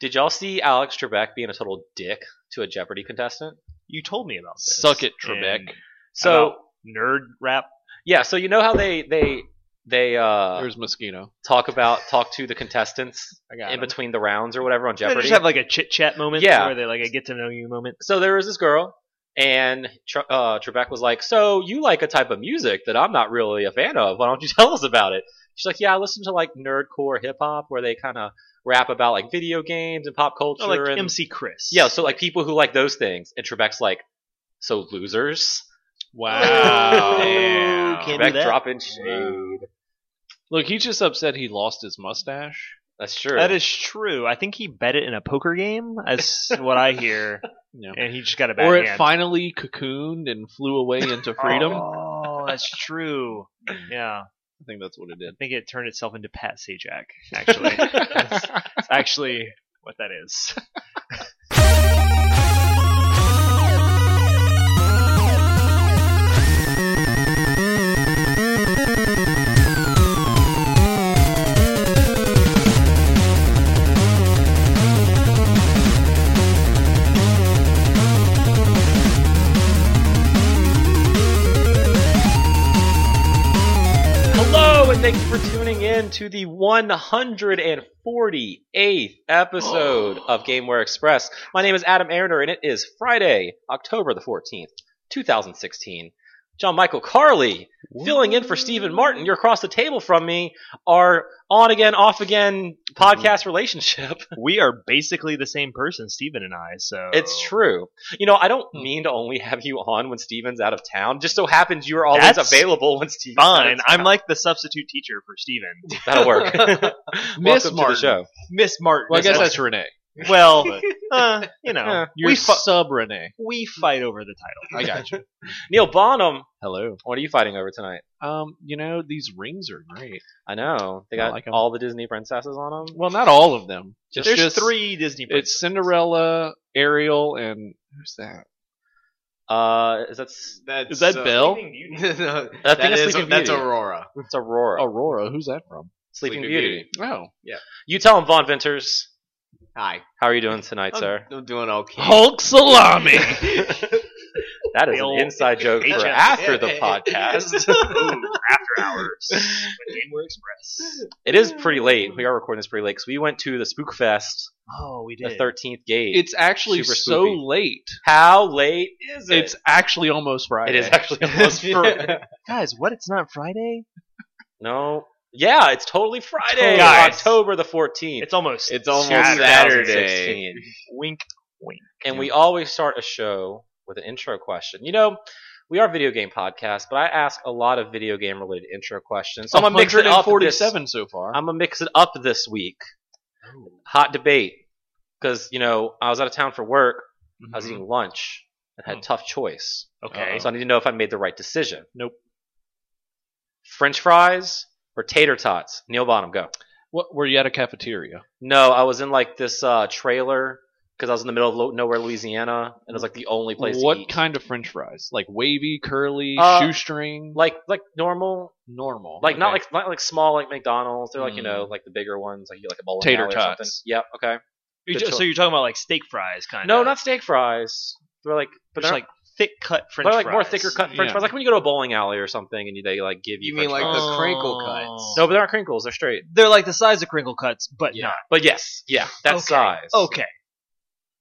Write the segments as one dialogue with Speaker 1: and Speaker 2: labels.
Speaker 1: Did y'all see Alex Trebek being a total dick to a Jeopardy contestant?
Speaker 2: You told me about this.
Speaker 3: Suck it, Trebek.
Speaker 2: And
Speaker 1: So
Speaker 2: About- nerd rap.
Speaker 1: yeah, so you know how they they they uh,
Speaker 3: There's Mosquito.
Speaker 1: talk about talk to the contestants
Speaker 2: I got
Speaker 1: in
Speaker 2: it.
Speaker 1: between the rounds or whatever on
Speaker 2: They
Speaker 1: Jeopardy.
Speaker 2: just have like a chit chat moment.
Speaker 1: Yeah.
Speaker 2: Where they like a get to know you moment.
Speaker 1: so there was this girl, and Tre- uh, Trebek was like, "So you like a type of music that I'm not really a fan of? Why don't you tell us about it?" She's like, "Yeah, I listen to like nerdcore hip hop where they kind of rap about like video games and pop culture
Speaker 2: Oh, like
Speaker 1: and
Speaker 2: MC Chris.
Speaker 1: yeah, so like people who like those things." And Trebek's like, "So losers."
Speaker 3: Wow.
Speaker 2: Damn. Can't do
Speaker 1: Trebek
Speaker 2: that.
Speaker 1: dropping shade.
Speaker 3: Look, he's just upset he lost his mustache.
Speaker 1: That's true.
Speaker 2: That is true. I think he bet it in a poker game. That's what I hear.
Speaker 3: Yeah.
Speaker 2: And he just got a bad
Speaker 3: Or it
Speaker 2: hand.
Speaker 3: finally cocooned and flew away into freedom.
Speaker 2: Oh, that's true. Yeah.
Speaker 3: I think that's what it
Speaker 2: I think it turned itself into Pat Sajak, actually. that's,
Speaker 3: did.
Speaker 2: that's actually what that is.
Speaker 1: Hello, and thank you for tuning in to the 148th episode of Gameware Express. My name is Adam Arner, and it is Friday, October the 14th, 2016. John Michael Carley, filling in for Stephen Martin. You're across the table from me. Our on again, off again podcast relationship.
Speaker 2: we are basically the same person, Steven and I, so
Speaker 1: It's true. You know, I don't mean to only have you on when Steven's out of town. Just so happens you are always
Speaker 2: That's
Speaker 1: available when Steven's out of
Speaker 2: Fine. I'm
Speaker 1: town.
Speaker 2: like the substitute teacher for Steven.
Speaker 1: That'll work.
Speaker 3: Miss
Speaker 1: Welcome to the
Speaker 3: Martin.
Speaker 1: show.
Speaker 2: Miss Martin.
Speaker 3: Well, I
Speaker 2: is
Speaker 3: guess
Speaker 2: what-
Speaker 3: that's Renee.
Speaker 2: well, uh, you know,
Speaker 1: Yeah.
Speaker 3: You're
Speaker 2: we fu-
Speaker 3: sub Renee.
Speaker 2: we fight over the title.
Speaker 3: I got you.
Speaker 1: Neil Bonham,
Speaker 3: Hello.
Speaker 1: what are you fighting over tonight?
Speaker 3: Um, you know these rings are great.
Speaker 1: I know they
Speaker 3: I
Speaker 1: got
Speaker 3: like 'em.
Speaker 1: all the Disney princesses on them.
Speaker 3: Well, not all of them. It's
Speaker 2: There's
Speaker 3: just-
Speaker 2: three Disney.
Speaker 3: It's Cinderella, Ariel, and who's that?
Speaker 1: Uh, is that
Speaker 4: That's,
Speaker 3: Is that
Speaker 4: uh,
Speaker 3: Belle?
Speaker 4: no,
Speaker 1: That
Speaker 4: that
Speaker 1: thing is
Speaker 4: is,
Speaker 1: Sleeping
Speaker 4: that's
Speaker 1: Beauty.
Speaker 4: Aurora.
Speaker 1: it's Aurora,
Speaker 3: Aurora. Who's that from?
Speaker 1: Sleeping,
Speaker 4: Sleeping
Speaker 1: Beauty.
Speaker 4: Beauty.
Speaker 3: Oh,
Speaker 1: You tell him, Vaughn Venters.
Speaker 4: Hi,
Speaker 1: How are you doing tonight,
Speaker 2: Oh,
Speaker 4: I'm,
Speaker 1: sir?
Speaker 4: I'm doing okay.
Speaker 3: Hulk salami.
Speaker 1: That is
Speaker 2: The
Speaker 1: an
Speaker 2: old-
Speaker 1: inside joke
Speaker 2: Yeah.
Speaker 1: for after the podcast.
Speaker 2: after hours with Gameware Express.
Speaker 1: It is pretty late. We are recording this pretty late because we went to the Spook Fest,
Speaker 2: Oh, we
Speaker 1: the
Speaker 2: did.
Speaker 1: Thirteenth Gate.
Speaker 3: it's actually
Speaker 1: Super
Speaker 3: so
Speaker 1: spooky.
Speaker 3: late.
Speaker 1: How late is it?
Speaker 3: It's actually almost Friday.
Speaker 1: it is actually almost Friday.
Speaker 2: Guys, what? It's not Friday?
Speaker 1: no. Yeah, it's totally Friday,
Speaker 2: Guys.
Speaker 1: October the fourteenth.
Speaker 2: It's almost.
Speaker 4: It's almost
Speaker 2: Saturday.
Speaker 4: Saturday.
Speaker 2: Wink.
Speaker 1: And we always start a show with an intro question. You know, we are a video game podcast, but I ask a lot of video game related intro questions. So I'm gonna mix it up. This,
Speaker 3: 147 so far.
Speaker 1: I'm gonna mix it up this week. Hot debate, because you know I was out of town for work. I
Speaker 3: Mm-hmm.
Speaker 1: was eating lunch and had a tough choice,
Speaker 2: Okay.
Speaker 1: so I need to know if I made the right decision.
Speaker 3: Nope.
Speaker 1: French fries or tater tots? Neil Bonham, go.
Speaker 3: what were you at a cafeteria?
Speaker 1: No, I was in like this uh, trailer because I was in the middle of lo- nowhere, Louisiana, and it was like the only place.
Speaker 3: What
Speaker 1: to eat.
Speaker 3: kind of French fries? Like wavy, curly,
Speaker 1: Uh,
Speaker 3: shoestring,
Speaker 1: like like normal,
Speaker 3: normal.
Speaker 1: like not
Speaker 3: Okay.
Speaker 1: like not like small like McDonald's. They're like you know
Speaker 3: Mm.
Speaker 1: like the bigger ones, like you get, like a bowl
Speaker 3: Tater
Speaker 1: or something.
Speaker 3: tots.
Speaker 1: Yeah, okay.
Speaker 2: You
Speaker 1: Good
Speaker 2: ju- so
Speaker 1: choice.
Speaker 2: you're talking about like steak fries, kind of?
Speaker 1: No, not steak fries. They're like but
Speaker 2: just
Speaker 1: they're
Speaker 2: like thick cut French
Speaker 1: they're like
Speaker 2: fries.
Speaker 1: more thicker cut French
Speaker 3: Yeah.
Speaker 1: fries. Like when you go to a bowling alley or something and you, they like give you.
Speaker 4: You mean
Speaker 1: French
Speaker 4: like
Speaker 1: fries.
Speaker 4: the crinkle cuts?
Speaker 1: no, but they aren't crinkles. They're straight.
Speaker 2: they're like the size of crinkle cuts, but
Speaker 4: Yeah.
Speaker 2: not
Speaker 1: But yes, yeah, that
Speaker 2: Okay.
Speaker 1: size.
Speaker 2: okay.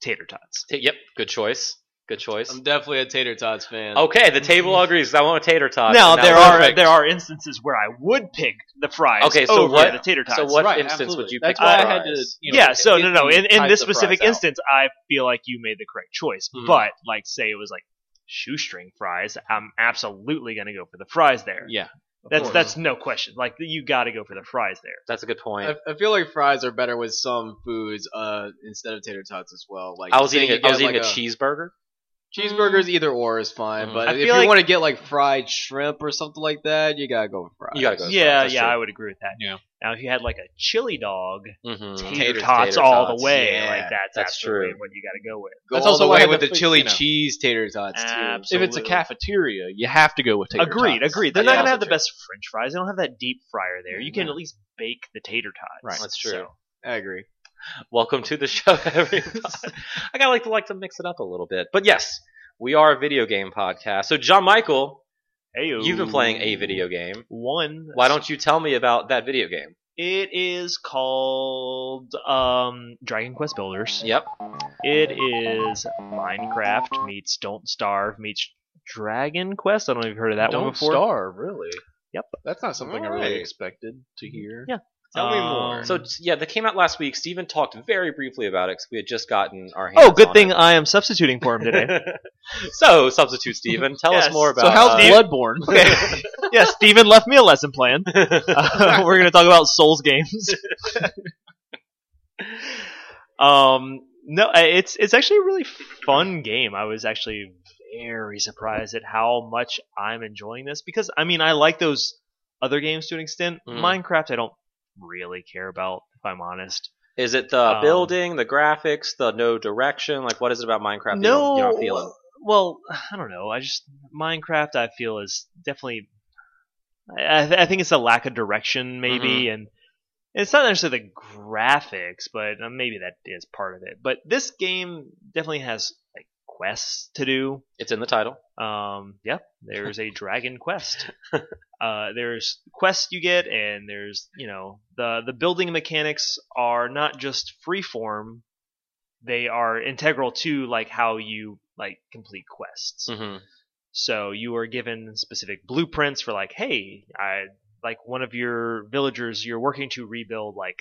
Speaker 2: Tater tots.
Speaker 1: T- yep, good choice. Good choice.
Speaker 4: I'm definitely a tater tots fan.
Speaker 1: Okay, the
Speaker 4: mm-hmm.
Speaker 1: table agrees. I want a tater tot.
Speaker 2: now
Speaker 1: and that
Speaker 2: there
Speaker 1: was
Speaker 2: are
Speaker 1: perfect.
Speaker 2: there are instances where I would pick the fries
Speaker 1: Okay, so
Speaker 2: over
Speaker 1: what-
Speaker 2: the tater tots.
Speaker 1: So what
Speaker 3: Right,
Speaker 1: instance would
Speaker 3: absolutely.
Speaker 1: you pick?
Speaker 3: That's why
Speaker 1: the
Speaker 3: I had
Speaker 1: fries?
Speaker 3: to, you know,
Speaker 2: yeah, so no,
Speaker 3: it-
Speaker 2: no. In, in
Speaker 3: type
Speaker 2: this
Speaker 3: the fries
Speaker 2: specific
Speaker 3: out.
Speaker 2: instance, I feel like you made the correct choice.
Speaker 1: Mhm.
Speaker 2: But like, say it was like shoestring fries, I'm absolutely gonna go for the fries there.
Speaker 3: Yeah.
Speaker 4: Of
Speaker 2: that's
Speaker 4: course.
Speaker 2: that's no question. Like you got to go for the fries there.
Speaker 1: That's a good point.
Speaker 4: I, I feel like fries are better with some foods uh, instead of tater tots as well. Like
Speaker 1: I was
Speaker 4: say
Speaker 1: eating.
Speaker 4: you
Speaker 1: A, I was
Speaker 4: get,
Speaker 1: eating a,
Speaker 4: like,
Speaker 1: cheeseburger.
Speaker 3: Mm.
Speaker 4: cheeseburgers. Either or is fine,
Speaker 1: Mhm.
Speaker 4: but
Speaker 2: I
Speaker 4: if
Speaker 2: feel
Speaker 4: you
Speaker 2: like-
Speaker 4: want to get like fried shrimp or something like that, you gotta go with fries.
Speaker 1: You gotta go. with
Speaker 2: yeah,
Speaker 1: fries, that's
Speaker 2: yeah,
Speaker 1: true.
Speaker 2: I would agree with that.
Speaker 3: Yeah.
Speaker 2: Now, if you had like a chili dog,
Speaker 1: Mhm.
Speaker 2: tater,
Speaker 4: Tater-
Speaker 2: tots
Speaker 1: tater
Speaker 2: all
Speaker 1: tots,
Speaker 2: the way.
Speaker 4: yeah,
Speaker 2: like that's,
Speaker 1: that's
Speaker 2: absolutely
Speaker 1: true.
Speaker 2: what you got to go with.
Speaker 4: Go
Speaker 3: That's
Speaker 4: all
Speaker 3: also
Speaker 4: the
Speaker 3: why I
Speaker 4: way
Speaker 3: had
Speaker 4: with
Speaker 3: to
Speaker 4: the
Speaker 3: fi-
Speaker 4: chili
Speaker 3: you know.
Speaker 4: cheese tater tots too.
Speaker 3: If it's a
Speaker 2: Absolutely.
Speaker 3: cafeteria, you have to go with tater
Speaker 2: Agreed,
Speaker 3: tots.
Speaker 2: agreed. They're
Speaker 1: Yeah,
Speaker 2: not gonna
Speaker 1: that's
Speaker 2: have the Mm-hmm. best French fries. They don't have that deep fryer there. You can
Speaker 4: Yeah.
Speaker 2: at least bake the tater tots.
Speaker 3: Right.
Speaker 1: That's true.
Speaker 2: So,
Speaker 4: I agree.
Speaker 1: Welcome to the show, everybody. I gotta like to like to mix it up a little bit, but yes, we are a video game podcast. So, John Michael,
Speaker 2: Hey,
Speaker 1: you've been playing a video game.
Speaker 2: One.
Speaker 1: Why don't you tell me about that video game?
Speaker 2: It is called um, Dragon Quest Builders.
Speaker 1: Yep.
Speaker 2: It is Minecraft meets Don't Starve meets Dragon Quest. I don't know if you've heard of that one
Speaker 3: Don't
Speaker 2: before.
Speaker 3: starve, really.
Speaker 2: Yep.
Speaker 3: That's not something I really
Speaker 4: Alright.
Speaker 3: expected to hear.
Speaker 2: Yeah.
Speaker 4: Tell me
Speaker 2: Um,
Speaker 4: more.
Speaker 1: So yeah, that came out last week. Steven talked very briefly about it because we had just gotten our hands.
Speaker 2: Oh, good
Speaker 1: on
Speaker 2: thing
Speaker 1: it.
Speaker 2: I am substituting for him today.
Speaker 1: so substitute Steven, tell us
Speaker 2: Yes.
Speaker 1: more about.
Speaker 2: So how's
Speaker 1: uh,
Speaker 2: Steve-
Speaker 4: Bloodborne.
Speaker 2: okay. yeah, Steven left me a lesson plan. Uh, we're going to talk about Souls games. um, no, I- it's it's actually a really fun game. I was actually very surprised at how much I'm enjoying this because I mean I like those other games to an extent.
Speaker 1: Mm.
Speaker 2: Minecraft I don't really care about if I'm honest.
Speaker 1: Is it the
Speaker 2: Um,
Speaker 1: building, the graphics, the no direction? Like, what is it about Minecraft? that
Speaker 2: no,
Speaker 1: you don't, you don't feel it?
Speaker 2: well I don't know. I just Minecraft I feel is definitely I, I th- I think it's a lack of direction maybe
Speaker 1: Mm-hmm.
Speaker 2: and it's not necessarily the graphics but uh, maybe that is part of it. But this game definitely has like quests to do.
Speaker 1: It's in the title.
Speaker 2: Um, yeah, there's a dragon quest. Uh, there's quests you get, and there's you know the the building mechanics are not just freeform; they are integral to like how you like complete quests.
Speaker 1: Mm-hmm.
Speaker 2: So you are given specific blueprints for like, hey, I like one of your villagers you're working to rebuild like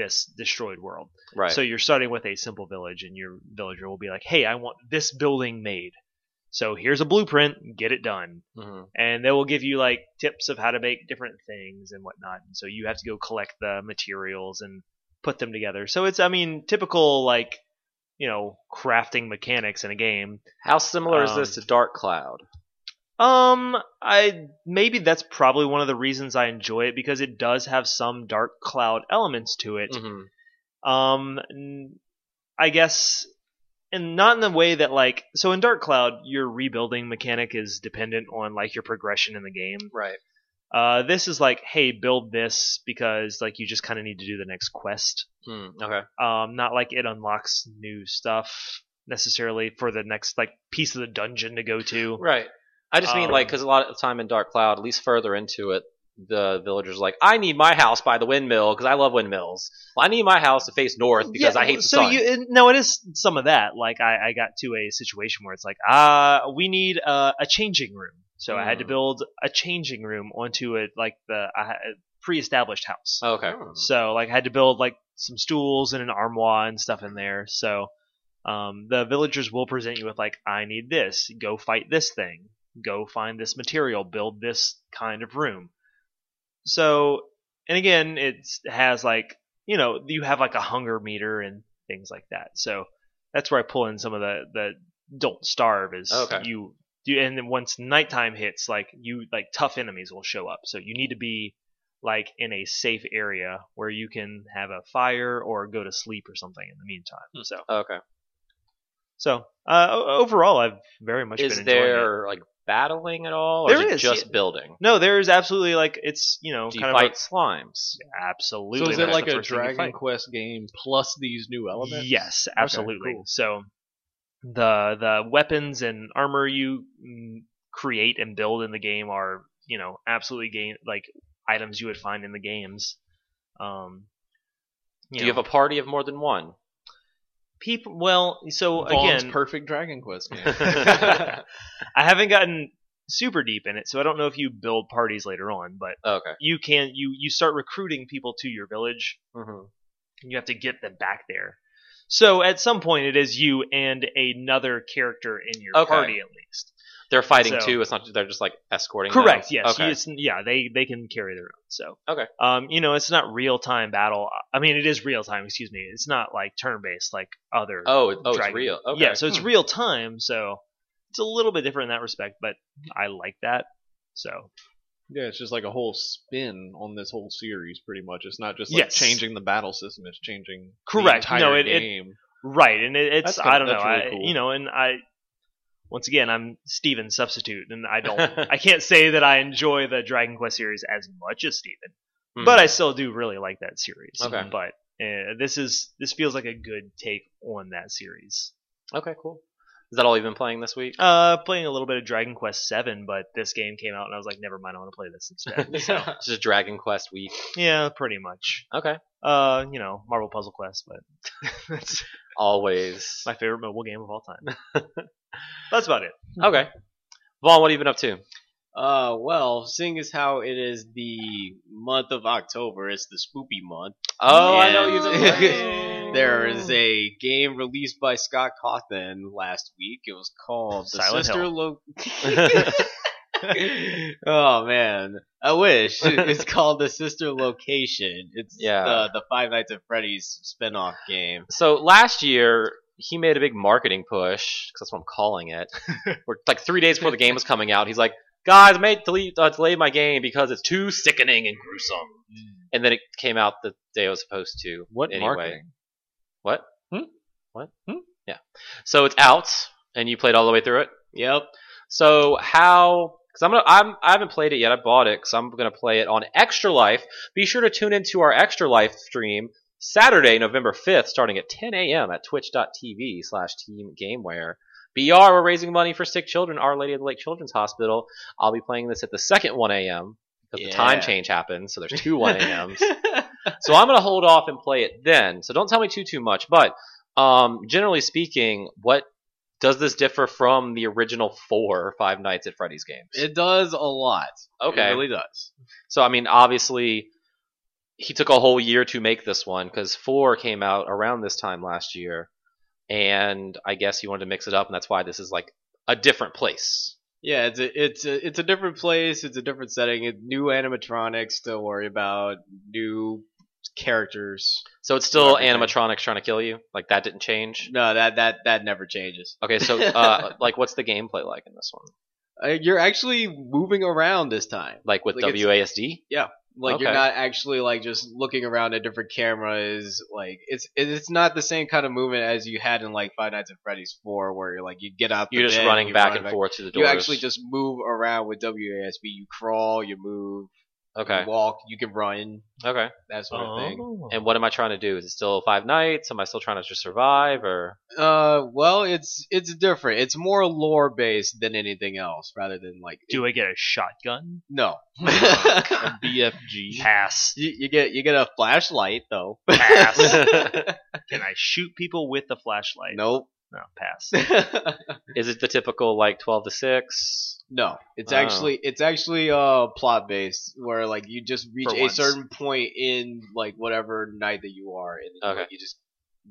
Speaker 2: this destroyed world.
Speaker 1: Right.
Speaker 2: So you're starting with a simple village, and your villager will be like, "Hey, I want this building made. So here's a blueprint. Get it done."
Speaker 3: Mm-hmm.
Speaker 1: Mhm.
Speaker 2: And they will give you like tips of how to make different things and whatnot. And so you have to go collect the materials and put them together. So it's, I mean, typical like you know crafting mechanics in a game.
Speaker 1: How similar is this
Speaker 2: Um,
Speaker 1: to Dark Cloud?
Speaker 2: Um, I maybe that's probably one of the reasons I enjoy it because it does have some dark cloud elements to it.
Speaker 1: Mm-hmm.
Speaker 2: Um, n- I guess, and not in the way that like so in Dark Cloud, your rebuilding mechanic is dependent on like your progression in the game.
Speaker 1: Right.
Speaker 2: Uh, this is like, hey, build this because like you just kind of need to do the next quest.
Speaker 3: Mm-hmm.
Speaker 1: Mm, okay.
Speaker 2: Um, not like it unlocks new stuff necessarily for the next like piece of the dungeon to go to.
Speaker 1: Right. I just mean
Speaker 2: Um,
Speaker 1: like because a lot of the time in Dark Cloud, at least further into it, the villagers are like, I need my house by the windmill because I love windmills. Well, I need my house to face north because
Speaker 2: Yeah,
Speaker 1: I hate the
Speaker 2: so
Speaker 1: sun.
Speaker 2: you it- no, it is some of that. Like I, I got to a situation where it's like, ah, we need uh, a changing room, so I had to
Speaker 1: Hmm.
Speaker 2: build a changing room onto a like the I ha- a pre-established house.
Speaker 1: Oh, okay.
Speaker 2: So like I had to build like some stools and an armoire and stuff in there. So um, the villagers will present you with like, I need this. Go fight this thing. Go find this material. Build this kind of room. So and again, it's- it has like you know you have like a hunger meter and things like that. So that's where I pull in some of the the don't starve is
Speaker 1: Okay.
Speaker 2: you. you- And then once nighttime hits, like you, like tough enemies will show up. So you need to be like in a safe area where you can have a fire or go to sleep or something in the meantime.
Speaker 1: Hmm.
Speaker 2: So,
Speaker 1: Okay.
Speaker 2: so uh, o- overall, I've very much
Speaker 1: Is
Speaker 2: been enjoying it.
Speaker 1: there like battling at all, or
Speaker 2: There
Speaker 1: is it
Speaker 2: is,
Speaker 1: just
Speaker 2: yeah.
Speaker 1: building?
Speaker 2: No, there is absolutely like it's you know
Speaker 1: Do you
Speaker 2: kind of
Speaker 1: fight slimes?
Speaker 2: a, absolutely.
Speaker 3: So is it
Speaker 2: that's
Speaker 3: like
Speaker 2: the
Speaker 3: a
Speaker 2: first thing you
Speaker 3: Dragon
Speaker 2: fight.
Speaker 3: Quest game plus these new elements?
Speaker 2: Yes, absolutely.
Speaker 3: cool.
Speaker 2: So the the weapons and armor you mm, create and build in the game are you know absolutely game like items you would find in the games. Um,
Speaker 1: Do you have a party of more than one?
Speaker 2: people? Well, so
Speaker 3: Vaughn's
Speaker 2: again,
Speaker 3: perfect Dragon Quest game.
Speaker 2: I haven't gotten super deep in it, so I don't know if you build parties later on, but
Speaker 1: Okay.
Speaker 2: you can you you start recruiting people to your village
Speaker 4: Uh-huh.
Speaker 2: and you have to get them back there. So at some point it is you and another character in your
Speaker 1: Okay.
Speaker 2: party at least.
Speaker 1: They're fighting
Speaker 2: So-
Speaker 1: too. It's not. They're just like escorting. them?
Speaker 2: Correct. Yes.
Speaker 1: Okay.
Speaker 2: You- it's- yeah. They they can carry their own. So
Speaker 1: Okay.
Speaker 2: Um. You know, it's not real time battle. I mean, it is real time. Excuse me. It's not like turn based like other.
Speaker 1: oh. it- Oh. It's
Speaker 2: Dragon-
Speaker 1: real. Okay.
Speaker 2: Yeah. So it's real time. So it's a little bit different in that respect, but I like that. So
Speaker 3: Yeah, it's just like a whole spin on this whole series, pretty much. It's not just like
Speaker 2: Yes.
Speaker 3: changing the battle system; it's changing
Speaker 2: Correct.
Speaker 3: The entire
Speaker 2: No, it- it-
Speaker 3: game.
Speaker 2: right, and it, it's
Speaker 3: That's kinda-
Speaker 2: I don't know.
Speaker 3: that's really
Speaker 2: I,
Speaker 3: cool.
Speaker 2: You know, and I once again I'm Steven substitute, and I don't I can't say that I enjoy the Dragon Quest series as much as Steven.
Speaker 1: Mhm.
Speaker 2: but I still do really like that series.
Speaker 1: Okay.
Speaker 2: But Uh, this is this feels like a good take on that series.
Speaker 1: Okay, cool. Is that all you've been playing this week?
Speaker 2: Uh, playing a little bit of Dragon Quest Seven, but this game came out and I was like, never mind, I want to play this instead. So
Speaker 1: It's just Dragon Quest week.
Speaker 2: yeah, pretty much.
Speaker 1: Okay.
Speaker 2: Uh, you know, Marvel Puzzle Quest, but that's
Speaker 1: Always.
Speaker 2: my favorite mobile game of all time. that's about it.
Speaker 1: Okay. Vaughn, what have you been up to?
Speaker 4: Uh, well, seeing as how it is the month of October, it's the spoopy month.
Speaker 1: Oh, I
Speaker 4: Yeah.
Speaker 1: know you've been
Speaker 3: Oh.
Speaker 1: playing.
Speaker 4: There is a game released by Scott Cawthon last week. It was called The
Speaker 2: Silent
Speaker 4: Sister Lo- oh man, I wish it's called The Sister Location. It's
Speaker 1: Yeah.
Speaker 4: the, the Five Nights at Freddy's spin-off game.
Speaker 1: So last year he made a big marketing push because that's what I'm calling it. We're like three days before the game was coming out. He's like, guys, I made delete, uh, delayed my game because it's too sickening and gruesome. And then it came out the day it was supposed to.
Speaker 3: Mm. What
Speaker 1: anyway.
Speaker 3: marketing?
Speaker 1: What?
Speaker 3: Hmm?
Speaker 1: What?
Speaker 3: Hmm?
Speaker 1: Yeah. So it's out, and you played all the way through it.
Speaker 4: Yep.
Speaker 1: So how? Because I'm gonna, I'm I haven't played it yet. I bought it because I'm gonna play it on Extra Life. Be sure to tune into our Extra Life stream Saturday, November 5th, starting at 10 a.m. at twitch.tv slash Team Gameware. BR, we're raising money for sick children, Our Lady of the Lake Children's Hospital. I'll be playing this at the second 1 a.m. because the time
Speaker 4: Yeah.
Speaker 1: change happens, so there's two 1 a.m.s. so I'm gonna hold off and play it then. So don't tell me too too much. But um, generally speaking, what does this differ from the original four Five Nights at Freddy's games?
Speaker 4: It does a lot.
Speaker 1: okay,
Speaker 4: It really does.
Speaker 1: so I mean, obviously, he took a whole year to make this one because four came out around this time last year, and I guess he wanted to mix it up, and that's why this is like a different place.
Speaker 4: Yeah, it's a, it's a, it's a different place. It's a different setting. It, new animatronics to worry about. New characters.
Speaker 1: So it's still
Speaker 4: Everything.
Speaker 1: animatronics trying to kill you. Like that didn't change.
Speaker 4: No, that that that never changes.
Speaker 1: Okay, so uh, like, what's the gameplay like in this one?
Speaker 4: Uh, you're actually moving around this time.
Speaker 1: Like with
Speaker 4: Like, it's-
Speaker 1: WASD?
Speaker 4: Like you're
Speaker 1: Okay.
Speaker 4: not actually like just looking around at different cameras. Like it's it- it's not the same kind of movement as you had in like Five Nights at Freddy's Four, where you're like you get out. the
Speaker 1: You're just
Speaker 4: bed,
Speaker 1: running
Speaker 4: you
Speaker 1: back
Speaker 4: run
Speaker 1: and forth to the
Speaker 4: You
Speaker 1: doors.
Speaker 4: actually just move around with WASB. You crawl, you move,
Speaker 1: okay, Oh.
Speaker 4: you walk, you can run,
Speaker 1: okay.
Speaker 4: that sort of thing.
Speaker 2: Oh.
Speaker 1: And what am I trying to do? Is it still Five Nights? Am I still trying to just survive? Or
Speaker 4: Uh, well, it's it's different. It's more lore based than anything else, rather than like
Speaker 2: Do I get a shotgun?
Speaker 4: no.
Speaker 1: Oh
Speaker 2: Fuck.
Speaker 3: BFG.
Speaker 2: Pass.
Speaker 4: you, you get you get a flashlight though.
Speaker 2: Pass. Can I shoot people with the flashlight?
Speaker 4: nope.
Speaker 2: No, pass.
Speaker 1: is it the typical like twelve to six?
Speaker 4: no, it's
Speaker 1: Oh.
Speaker 4: actually it's actually uh plot based where like you just reach
Speaker 2: For
Speaker 4: a
Speaker 2: once.
Speaker 4: certain point in like whatever night that you are, and like,
Speaker 1: Okay.
Speaker 4: you just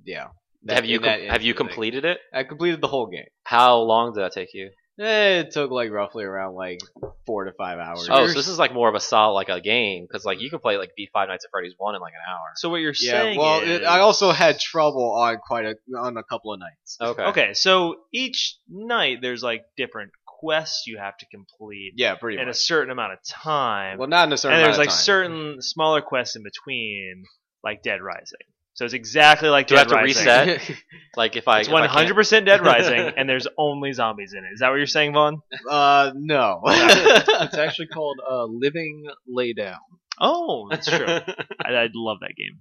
Speaker 4: yeah.
Speaker 1: have you
Speaker 4: in that
Speaker 1: com- have you
Speaker 4: end of the thing.
Speaker 1: completed it?
Speaker 4: I completed the whole game.
Speaker 1: How long did that take you?
Speaker 4: Eh, it took like roughly around like four to five hours.
Speaker 1: Oh, so this is like more of a solid like a game because like you can play like beat Five Nights at Freddy's one in like an hour.
Speaker 2: So what you're
Speaker 4: yeah.
Speaker 2: saying?
Speaker 4: Well,
Speaker 2: is,
Speaker 4: it, I also had trouble on quite a on a couple of nights.
Speaker 1: Oh, Okay.
Speaker 2: okay. So each night there's like different quests you have to complete
Speaker 4: Yeah, pretty
Speaker 2: in a
Speaker 4: much.
Speaker 2: certain amount of time,
Speaker 4: Well, not in a certain.
Speaker 2: and there's
Speaker 4: amount of
Speaker 2: like
Speaker 4: time.
Speaker 2: certain smaller quests in between, like Dead Rising. So it's exactly like
Speaker 1: Do I
Speaker 2: Dead
Speaker 1: have to
Speaker 2: Rising.
Speaker 1: reset? Like if I
Speaker 2: It's
Speaker 1: if I
Speaker 2: one
Speaker 1: can't-
Speaker 2: hundred percent Dead Rising, and there's only zombies in it. Is that what you're saying, Vaughn?
Speaker 4: Uh, no.
Speaker 3: It's actually called uh, Living Laydown.
Speaker 2: Oh, that's true. I, I love that game.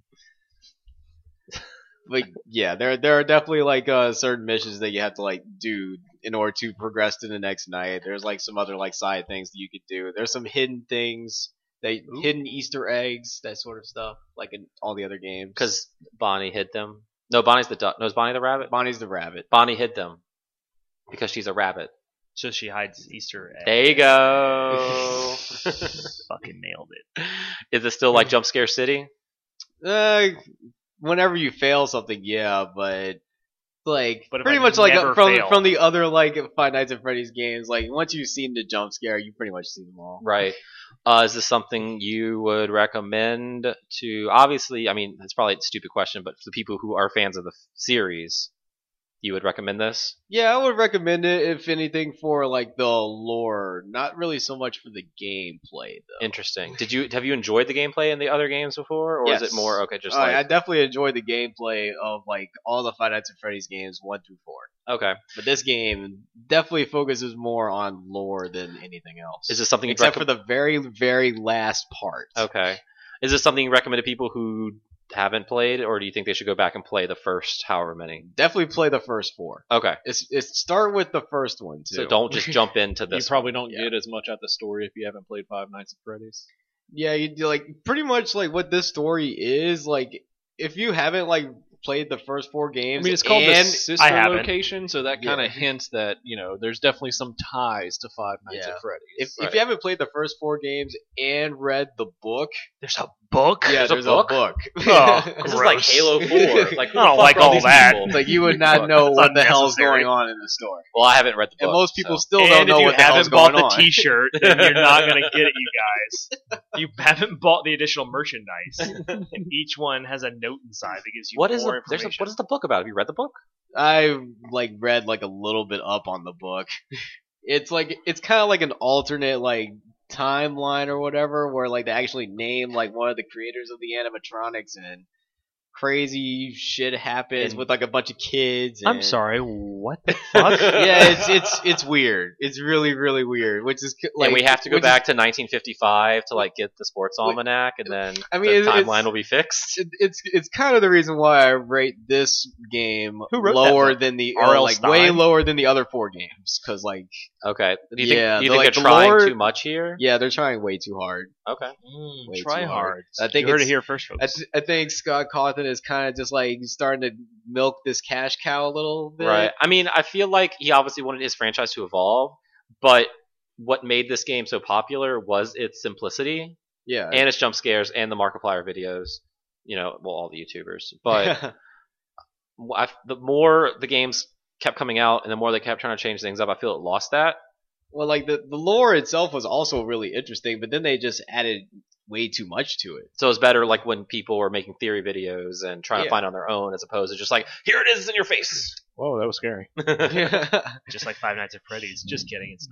Speaker 4: like, yeah, there there are definitely like uh certain missions that you have to like do in order to progress to the next night. There's like some other like side things that you could do. There's some hidden things, they hidden Easter eggs, that sort of stuff, like in all the other games.
Speaker 1: because Bonnie hid them. No, Bonnie's the duck. No, is Bonnie the rabbit?
Speaker 4: Bonnie's the rabbit.
Speaker 1: Bonnie hid them because she's a rabbit.
Speaker 2: So she hides Easter eggs.
Speaker 1: There you
Speaker 4: Oh.
Speaker 1: go.
Speaker 2: Fucking nailed it.
Speaker 1: is it still like Jump Scare City?
Speaker 4: Uh, whenever you fail something, yeah, but like
Speaker 2: But if
Speaker 4: pretty
Speaker 2: I
Speaker 4: much like uh,
Speaker 2: never
Speaker 4: from
Speaker 2: fail.
Speaker 4: from the other like Five Nights at Freddy's games, like once you've seen the jump scare, you pretty much see them all.
Speaker 1: Right. Uh, is this something you would recommend to? Obviously, I mean, it's probably a stupid question, but for the people who are fans of the f- series, you would recommend this.
Speaker 4: Yeah, I would recommend it if anything for like the lore, not really so much for the gameplay though.
Speaker 1: Interesting. Did you have you enjoyed the gameplay in the other games before, or is
Speaker 4: Yes.
Speaker 1: it more okay? Just
Speaker 4: Uh, I
Speaker 1: like
Speaker 4: definitely enjoyed the gameplay of like all the Five Nights at Freddy's games one through four,
Speaker 1: okay,
Speaker 4: but this game definitely focuses more on lore than anything else.
Speaker 1: is this something you'd
Speaker 4: except
Speaker 1: recommend?
Speaker 4: for the very very last part?
Speaker 1: okay, is this something you recommend to people who haven't played, or do you think they should go back and play the first however many?
Speaker 4: Definitely play the first four.
Speaker 1: Okay,
Speaker 4: It's, it's start with the first one too.
Speaker 1: so don't just jump into
Speaker 3: You
Speaker 1: this.
Speaker 3: probably don't
Speaker 1: yeah.
Speaker 3: get as much out the story if you haven't played Five Nights at Freddy's.
Speaker 4: Yeah, you do, like pretty much like what this story is like. If you haven't like played the first four
Speaker 3: I
Speaker 4: games,
Speaker 3: mean, it's called the
Speaker 4: and
Speaker 3: sister
Speaker 2: I haven't.
Speaker 3: location, so that kind of hints that you know there's definitely some ties to Five Nights
Speaker 4: Yeah.
Speaker 3: at Freddy's.
Speaker 4: if,
Speaker 1: Right.
Speaker 4: if you haven't played the first four games and read the book,
Speaker 2: There's a book.
Speaker 4: yeah,
Speaker 1: There's a
Speaker 4: there's
Speaker 1: book?
Speaker 4: a book.
Speaker 2: Oh,
Speaker 1: This is like
Speaker 2: gross.
Speaker 1: Halo Four. Like who
Speaker 2: I don't
Speaker 1: the fuck
Speaker 2: like
Speaker 1: are all
Speaker 2: all
Speaker 1: these
Speaker 2: that.
Speaker 1: people?
Speaker 4: like you would not
Speaker 3: Fuck,
Speaker 4: know
Speaker 2: that's
Speaker 4: what the hell's
Speaker 2: unnecessary.
Speaker 4: going on in the story,
Speaker 1: Well, I haven't read the book.
Speaker 4: and most people
Speaker 1: so-
Speaker 4: still don't
Speaker 2: and
Speaker 4: know
Speaker 2: if you
Speaker 4: what the hell's
Speaker 2: haven't bought
Speaker 4: going
Speaker 2: the
Speaker 4: on.
Speaker 2: T-shirt, then you're not gonna get it, you guys. You haven't bought the additional merchandise. And each one has a note inside that gives you
Speaker 1: what
Speaker 2: more
Speaker 1: is the, there's a,
Speaker 2: information.
Speaker 1: what is the book about? Have you read the book?
Speaker 4: I like read like a little bit up on the book. It's like it's kind of like an alternate like timeline or whatever where like they actually name like one of the creators of the animatronics and crazy shit happens
Speaker 1: And-
Speaker 4: with like a bunch of kids. And,
Speaker 2: I'm sorry. What the fuck?
Speaker 4: yeah, it's it's it's weird. It's really really weird, which is c- like
Speaker 1: and we have to go
Speaker 4: which is-
Speaker 1: back to 1955 to like get the sports
Speaker 4: Wait.
Speaker 1: almanac, and then
Speaker 4: I mean,
Speaker 1: the
Speaker 4: it's- it's-
Speaker 1: timeline will be fixed.
Speaker 4: it- it's it's kind of the reason why I rate this game
Speaker 2: Who wrote that
Speaker 4: lower than the or,
Speaker 2: R.L.
Speaker 4: like way
Speaker 2: Stine?
Speaker 4: lower than the other four games because like
Speaker 1: Okay. Do you
Speaker 4: Yeah,
Speaker 1: think, do you think
Speaker 4: the, like,
Speaker 1: they're
Speaker 4: the
Speaker 1: trying
Speaker 4: lore-
Speaker 1: too much here?
Speaker 4: yeah they're trying way too hard.
Speaker 1: Okay.
Speaker 4: way
Speaker 2: Mm,
Speaker 4: too
Speaker 2: Try hard.
Speaker 4: I think
Speaker 2: you heard
Speaker 4: it's-
Speaker 2: it here first, folks.
Speaker 4: I, th- I think Scott Cawthon is kind of just like starting to milk this cash cow a little bit.
Speaker 1: Right. I mean, I feel like he obviously wanted his franchise to evolve, but what made this game so popular was its simplicity
Speaker 4: Yeah.
Speaker 1: and its jump scares and the Markiplier videos. You know, well, all the YouTubers. But I, the more the games kept coming out and the more they kept trying to change things up, I feel it lost that.
Speaker 4: well, like the, the lore itself was also really interesting, but then they just added way too much to it.
Speaker 1: So it's better like when people were making theory videos and trying to
Speaker 4: Yeah.
Speaker 1: find it on their own as opposed to just like, here it is in your face.
Speaker 3: Whoa, that was scary.
Speaker 2: Just like Five Nights at Freddy's. Just kidding. It's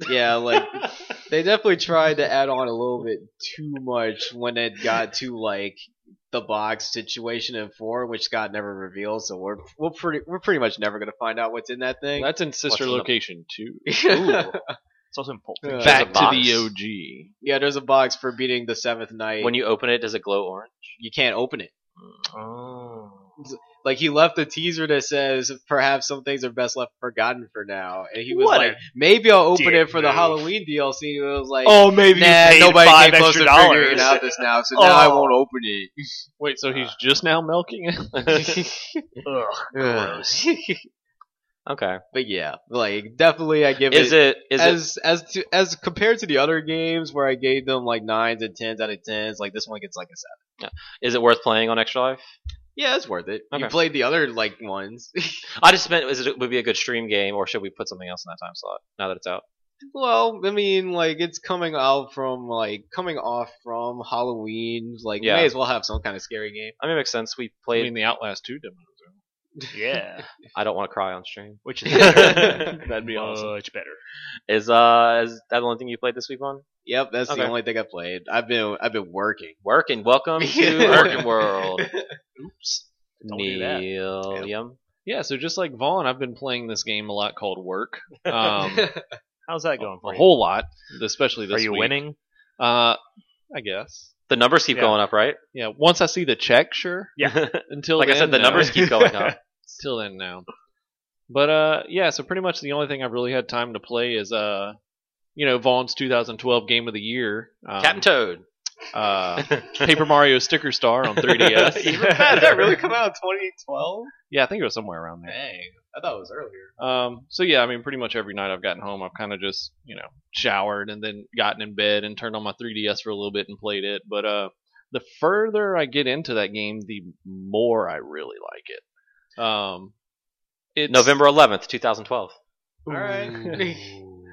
Speaker 2: not.
Speaker 4: yeah, like they definitely tried to add on a little bit too much when it got to like the box situation in four, which Scott never reveals. So we're we're pretty we're pretty much never gonna find out what's in that thing.
Speaker 3: That's in sister
Speaker 1: What's in the-
Speaker 3: location too.
Speaker 2: It's also important.
Speaker 4: Yeah.
Speaker 1: There's a
Speaker 3: Back to
Speaker 1: box.
Speaker 3: the OG.
Speaker 4: yeah, there's a box for beating the seventh night.
Speaker 1: When you open it, does it glow orange?
Speaker 4: you can't open it.
Speaker 2: Oh.
Speaker 4: like he left a teaser that says perhaps some things are best left forgotten for now, and he was
Speaker 2: What
Speaker 4: like,
Speaker 2: a
Speaker 4: maybe I'll open
Speaker 2: dick
Speaker 4: it for the
Speaker 2: move.
Speaker 4: Halloween DLC. And it was like,
Speaker 2: Oh, maybe you
Speaker 4: nah,
Speaker 2: paid
Speaker 4: nobody
Speaker 2: five
Speaker 4: came close
Speaker 2: extra
Speaker 4: to
Speaker 2: dollars. Oh.
Speaker 4: figuring out this now, so now I won't open it.
Speaker 3: Wait, so
Speaker 4: uh,
Speaker 3: he's just now milking it?
Speaker 2: Ugh, gross.
Speaker 1: okay.
Speaker 4: but yeah, like definitely, I give
Speaker 1: Is
Speaker 4: it.
Speaker 1: it is it
Speaker 4: as as to, as compared to the other games where I gave them like nines and tens out of tens, like this one gets like a seven.
Speaker 1: is it worth playing on Extra Life?
Speaker 4: Yeah, it's worth it. You
Speaker 1: Okay.
Speaker 4: played the other like ones.
Speaker 1: I just meant is it would it be a good stream game or should we put something else in that time slot now that it's out?
Speaker 4: Well, I mean, like it's coming out from like coming off from Halloween. Like,
Speaker 1: Yeah.
Speaker 4: may as well have some kind of scary game.
Speaker 1: I mean, it makes sense. We
Speaker 3: I
Speaker 1: played. I,
Speaker 3: mean, the Outlast 2 demo.
Speaker 2: Yeah.
Speaker 1: don't want to cry on stream.
Speaker 2: Which is
Speaker 3: That'd be awesome.
Speaker 2: much better.
Speaker 1: Is uh is that the only thing you played this week on?
Speaker 4: Yep, that's
Speaker 1: Okay.
Speaker 4: the only thing I played. I've been I've been working.
Speaker 1: Working. Welcome to Working World.
Speaker 2: Oops. Don't do that.
Speaker 1: Neil.
Speaker 3: Yeah, so just like Vaughn, I've been playing this game a lot called Work. Um,
Speaker 2: How's that going? For
Speaker 3: a
Speaker 2: you?
Speaker 3: whole lot, especially this
Speaker 2: Are you
Speaker 3: week.
Speaker 2: winning?
Speaker 3: Uh, I guess.
Speaker 1: The numbers keep
Speaker 2: Yeah.
Speaker 1: going up, right?
Speaker 3: Yeah, once I see the check, sure.
Speaker 2: Yeah.
Speaker 3: Until
Speaker 1: like I
Speaker 3: then,
Speaker 1: said, the
Speaker 3: no.
Speaker 1: numbers keep going up.
Speaker 3: Till then, no. But uh, yeah. So pretty much the only thing I've really had time to play is uh, you know, Vaughn's 2012 game of the year, um,
Speaker 1: Captain Toad.
Speaker 3: uh, Paper Mario Sticker Star on 3DS.
Speaker 1: Even
Speaker 4: Did that really come out in 2012?
Speaker 3: Yeah, I think it was somewhere around there.
Speaker 4: Dang, I thought it was earlier.
Speaker 3: Um, so yeah, I mean, pretty much every night I've gotten home, I've kind of just you know showered and then gotten in bed and turned on my 3DS for a little bit and played it. But uh, the further I get into that game, the more I really like it. Um, it's
Speaker 1: November 11th, 2012.
Speaker 4: All right.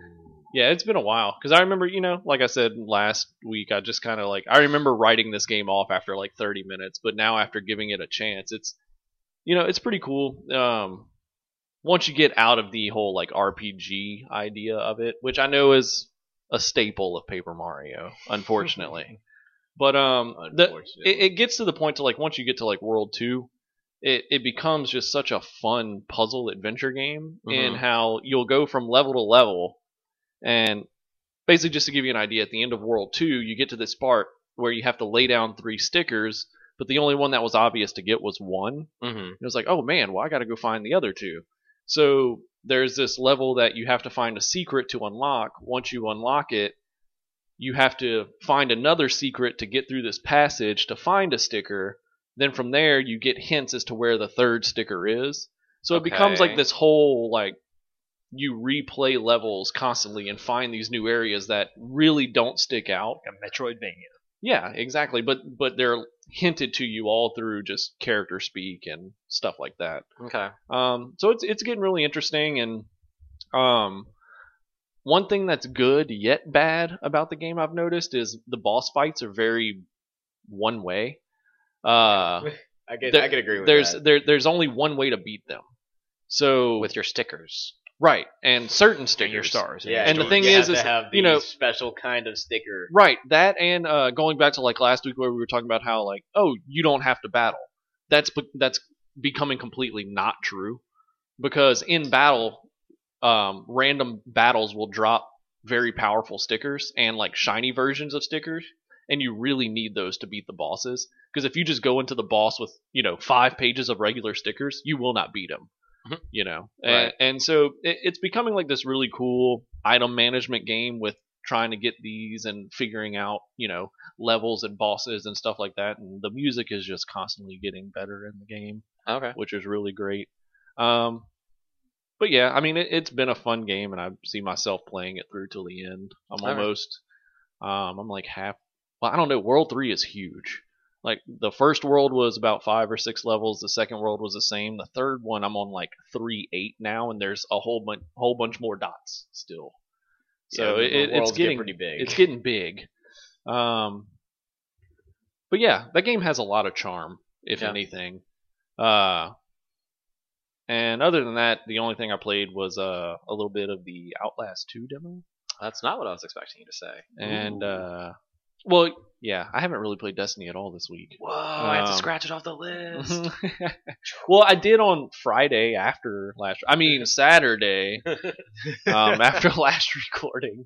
Speaker 3: Yeah, it's been a while because I remember, you know, like I said last week, I just kind of like I remember writing this game off after like 30 minutes, but now after giving it a chance, it's you know, it's pretty cool. Um, once you get out of the whole like RPG idea of it, which I know is a staple of Paper Mario, unfortunately. but um, the, it, it gets to the point to like once you get to like world two it, it becomes just such a fun puzzle adventure game in
Speaker 1: Mhm.
Speaker 3: how you'll go from level to level and basically just to give you an idea at the end of world two you get to this part where you have to lay down three stickers but the only one that was obvious to get was one.
Speaker 1: Mm-hmm.
Speaker 3: And it was like, oh man, well, I got to go find the other two. So there's this level that you have to find a secret to unlock. Once you unlock it, you have to find another secret to get through this passage to find a sticker. Then from there, you get hints as to where the third sticker is. So it becomes
Speaker 1: Okay.
Speaker 3: like this whole, like, you replay levels constantly and find these new areas that really don't stick out.
Speaker 2: Like a Metroidvania.
Speaker 3: Yeah, exactly. But but they're hinted to you all through just character speak and stuff like that.
Speaker 1: Okay.
Speaker 3: Um, so it's it's getting really interesting, and um, one thing that's good yet bad about the game I've noticed is the boss fights are very one way. Uh,
Speaker 4: I can
Speaker 3: There-
Speaker 4: I can agree with
Speaker 3: there's
Speaker 4: that.
Speaker 3: there there's only one way to beat them. So
Speaker 1: With your stickers.
Speaker 3: right and certain
Speaker 2: And
Speaker 3: stickers
Speaker 2: your stars.
Speaker 4: Yeah,
Speaker 3: and the
Speaker 4: you
Speaker 3: thing
Speaker 4: have
Speaker 3: is-
Speaker 4: to
Speaker 3: is,
Speaker 4: have
Speaker 3: you know-
Speaker 4: the special kind of sticker.
Speaker 3: Right, that and uh, going back to like last week where we were talking about how like oh you don't have to battle. That's be- that's becoming completely not true because in battle, um, random battles will drop very powerful stickers and like shiny versions of stickers, and you really need those to beat the bosses. Because if you just go into the boss with you know five pages of regular stickers, you will not beat him.
Speaker 1: Mhm.
Speaker 3: You know,
Speaker 1: Right.
Speaker 3: and, and so it, it's becoming like this really cool item management game with trying to get these and figuring out, you know, levels and bosses and stuff like that. And the music is just constantly getting better in the game,
Speaker 1: Okay.
Speaker 3: which is really great. Um, but yeah, I mean, it, it's been a fun game, and I see myself playing it through till the end. I'm
Speaker 1: All right.
Speaker 3: almost, um, I'm like half. Well, I don't know. World three is huge. Like the first world was about five or six levels. The second world was the same. The third one, I'm on like three eight now, and there's a whole bunch, whole bunch more dots still. So
Speaker 4: Yeah,
Speaker 3: it,
Speaker 4: the
Speaker 3: it-
Speaker 4: worlds
Speaker 3: it's
Speaker 4: get
Speaker 3: getting
Speaker 4: pretty big.
Speaker 3: It's getting big. Um, but yeah, that game has a lot of charm, if
Speaker 1: Yeah.
Speaker 3: anything. Uh, and other than that, the only thing I played was uh, a little bit of the Outlast 2 demo.
Speaker 1: That's not what I was expecting you to say.
Speaker 3: And, uh, well, yeah, I haven't really played Destiny at all this week.
Speaker 1: Whoa, I have to
Speaker 3: um,
Speaker 1: scratch it off the list.
Speaker 3: well, I did on Friday after last. I mean Saturday, um, after last recording.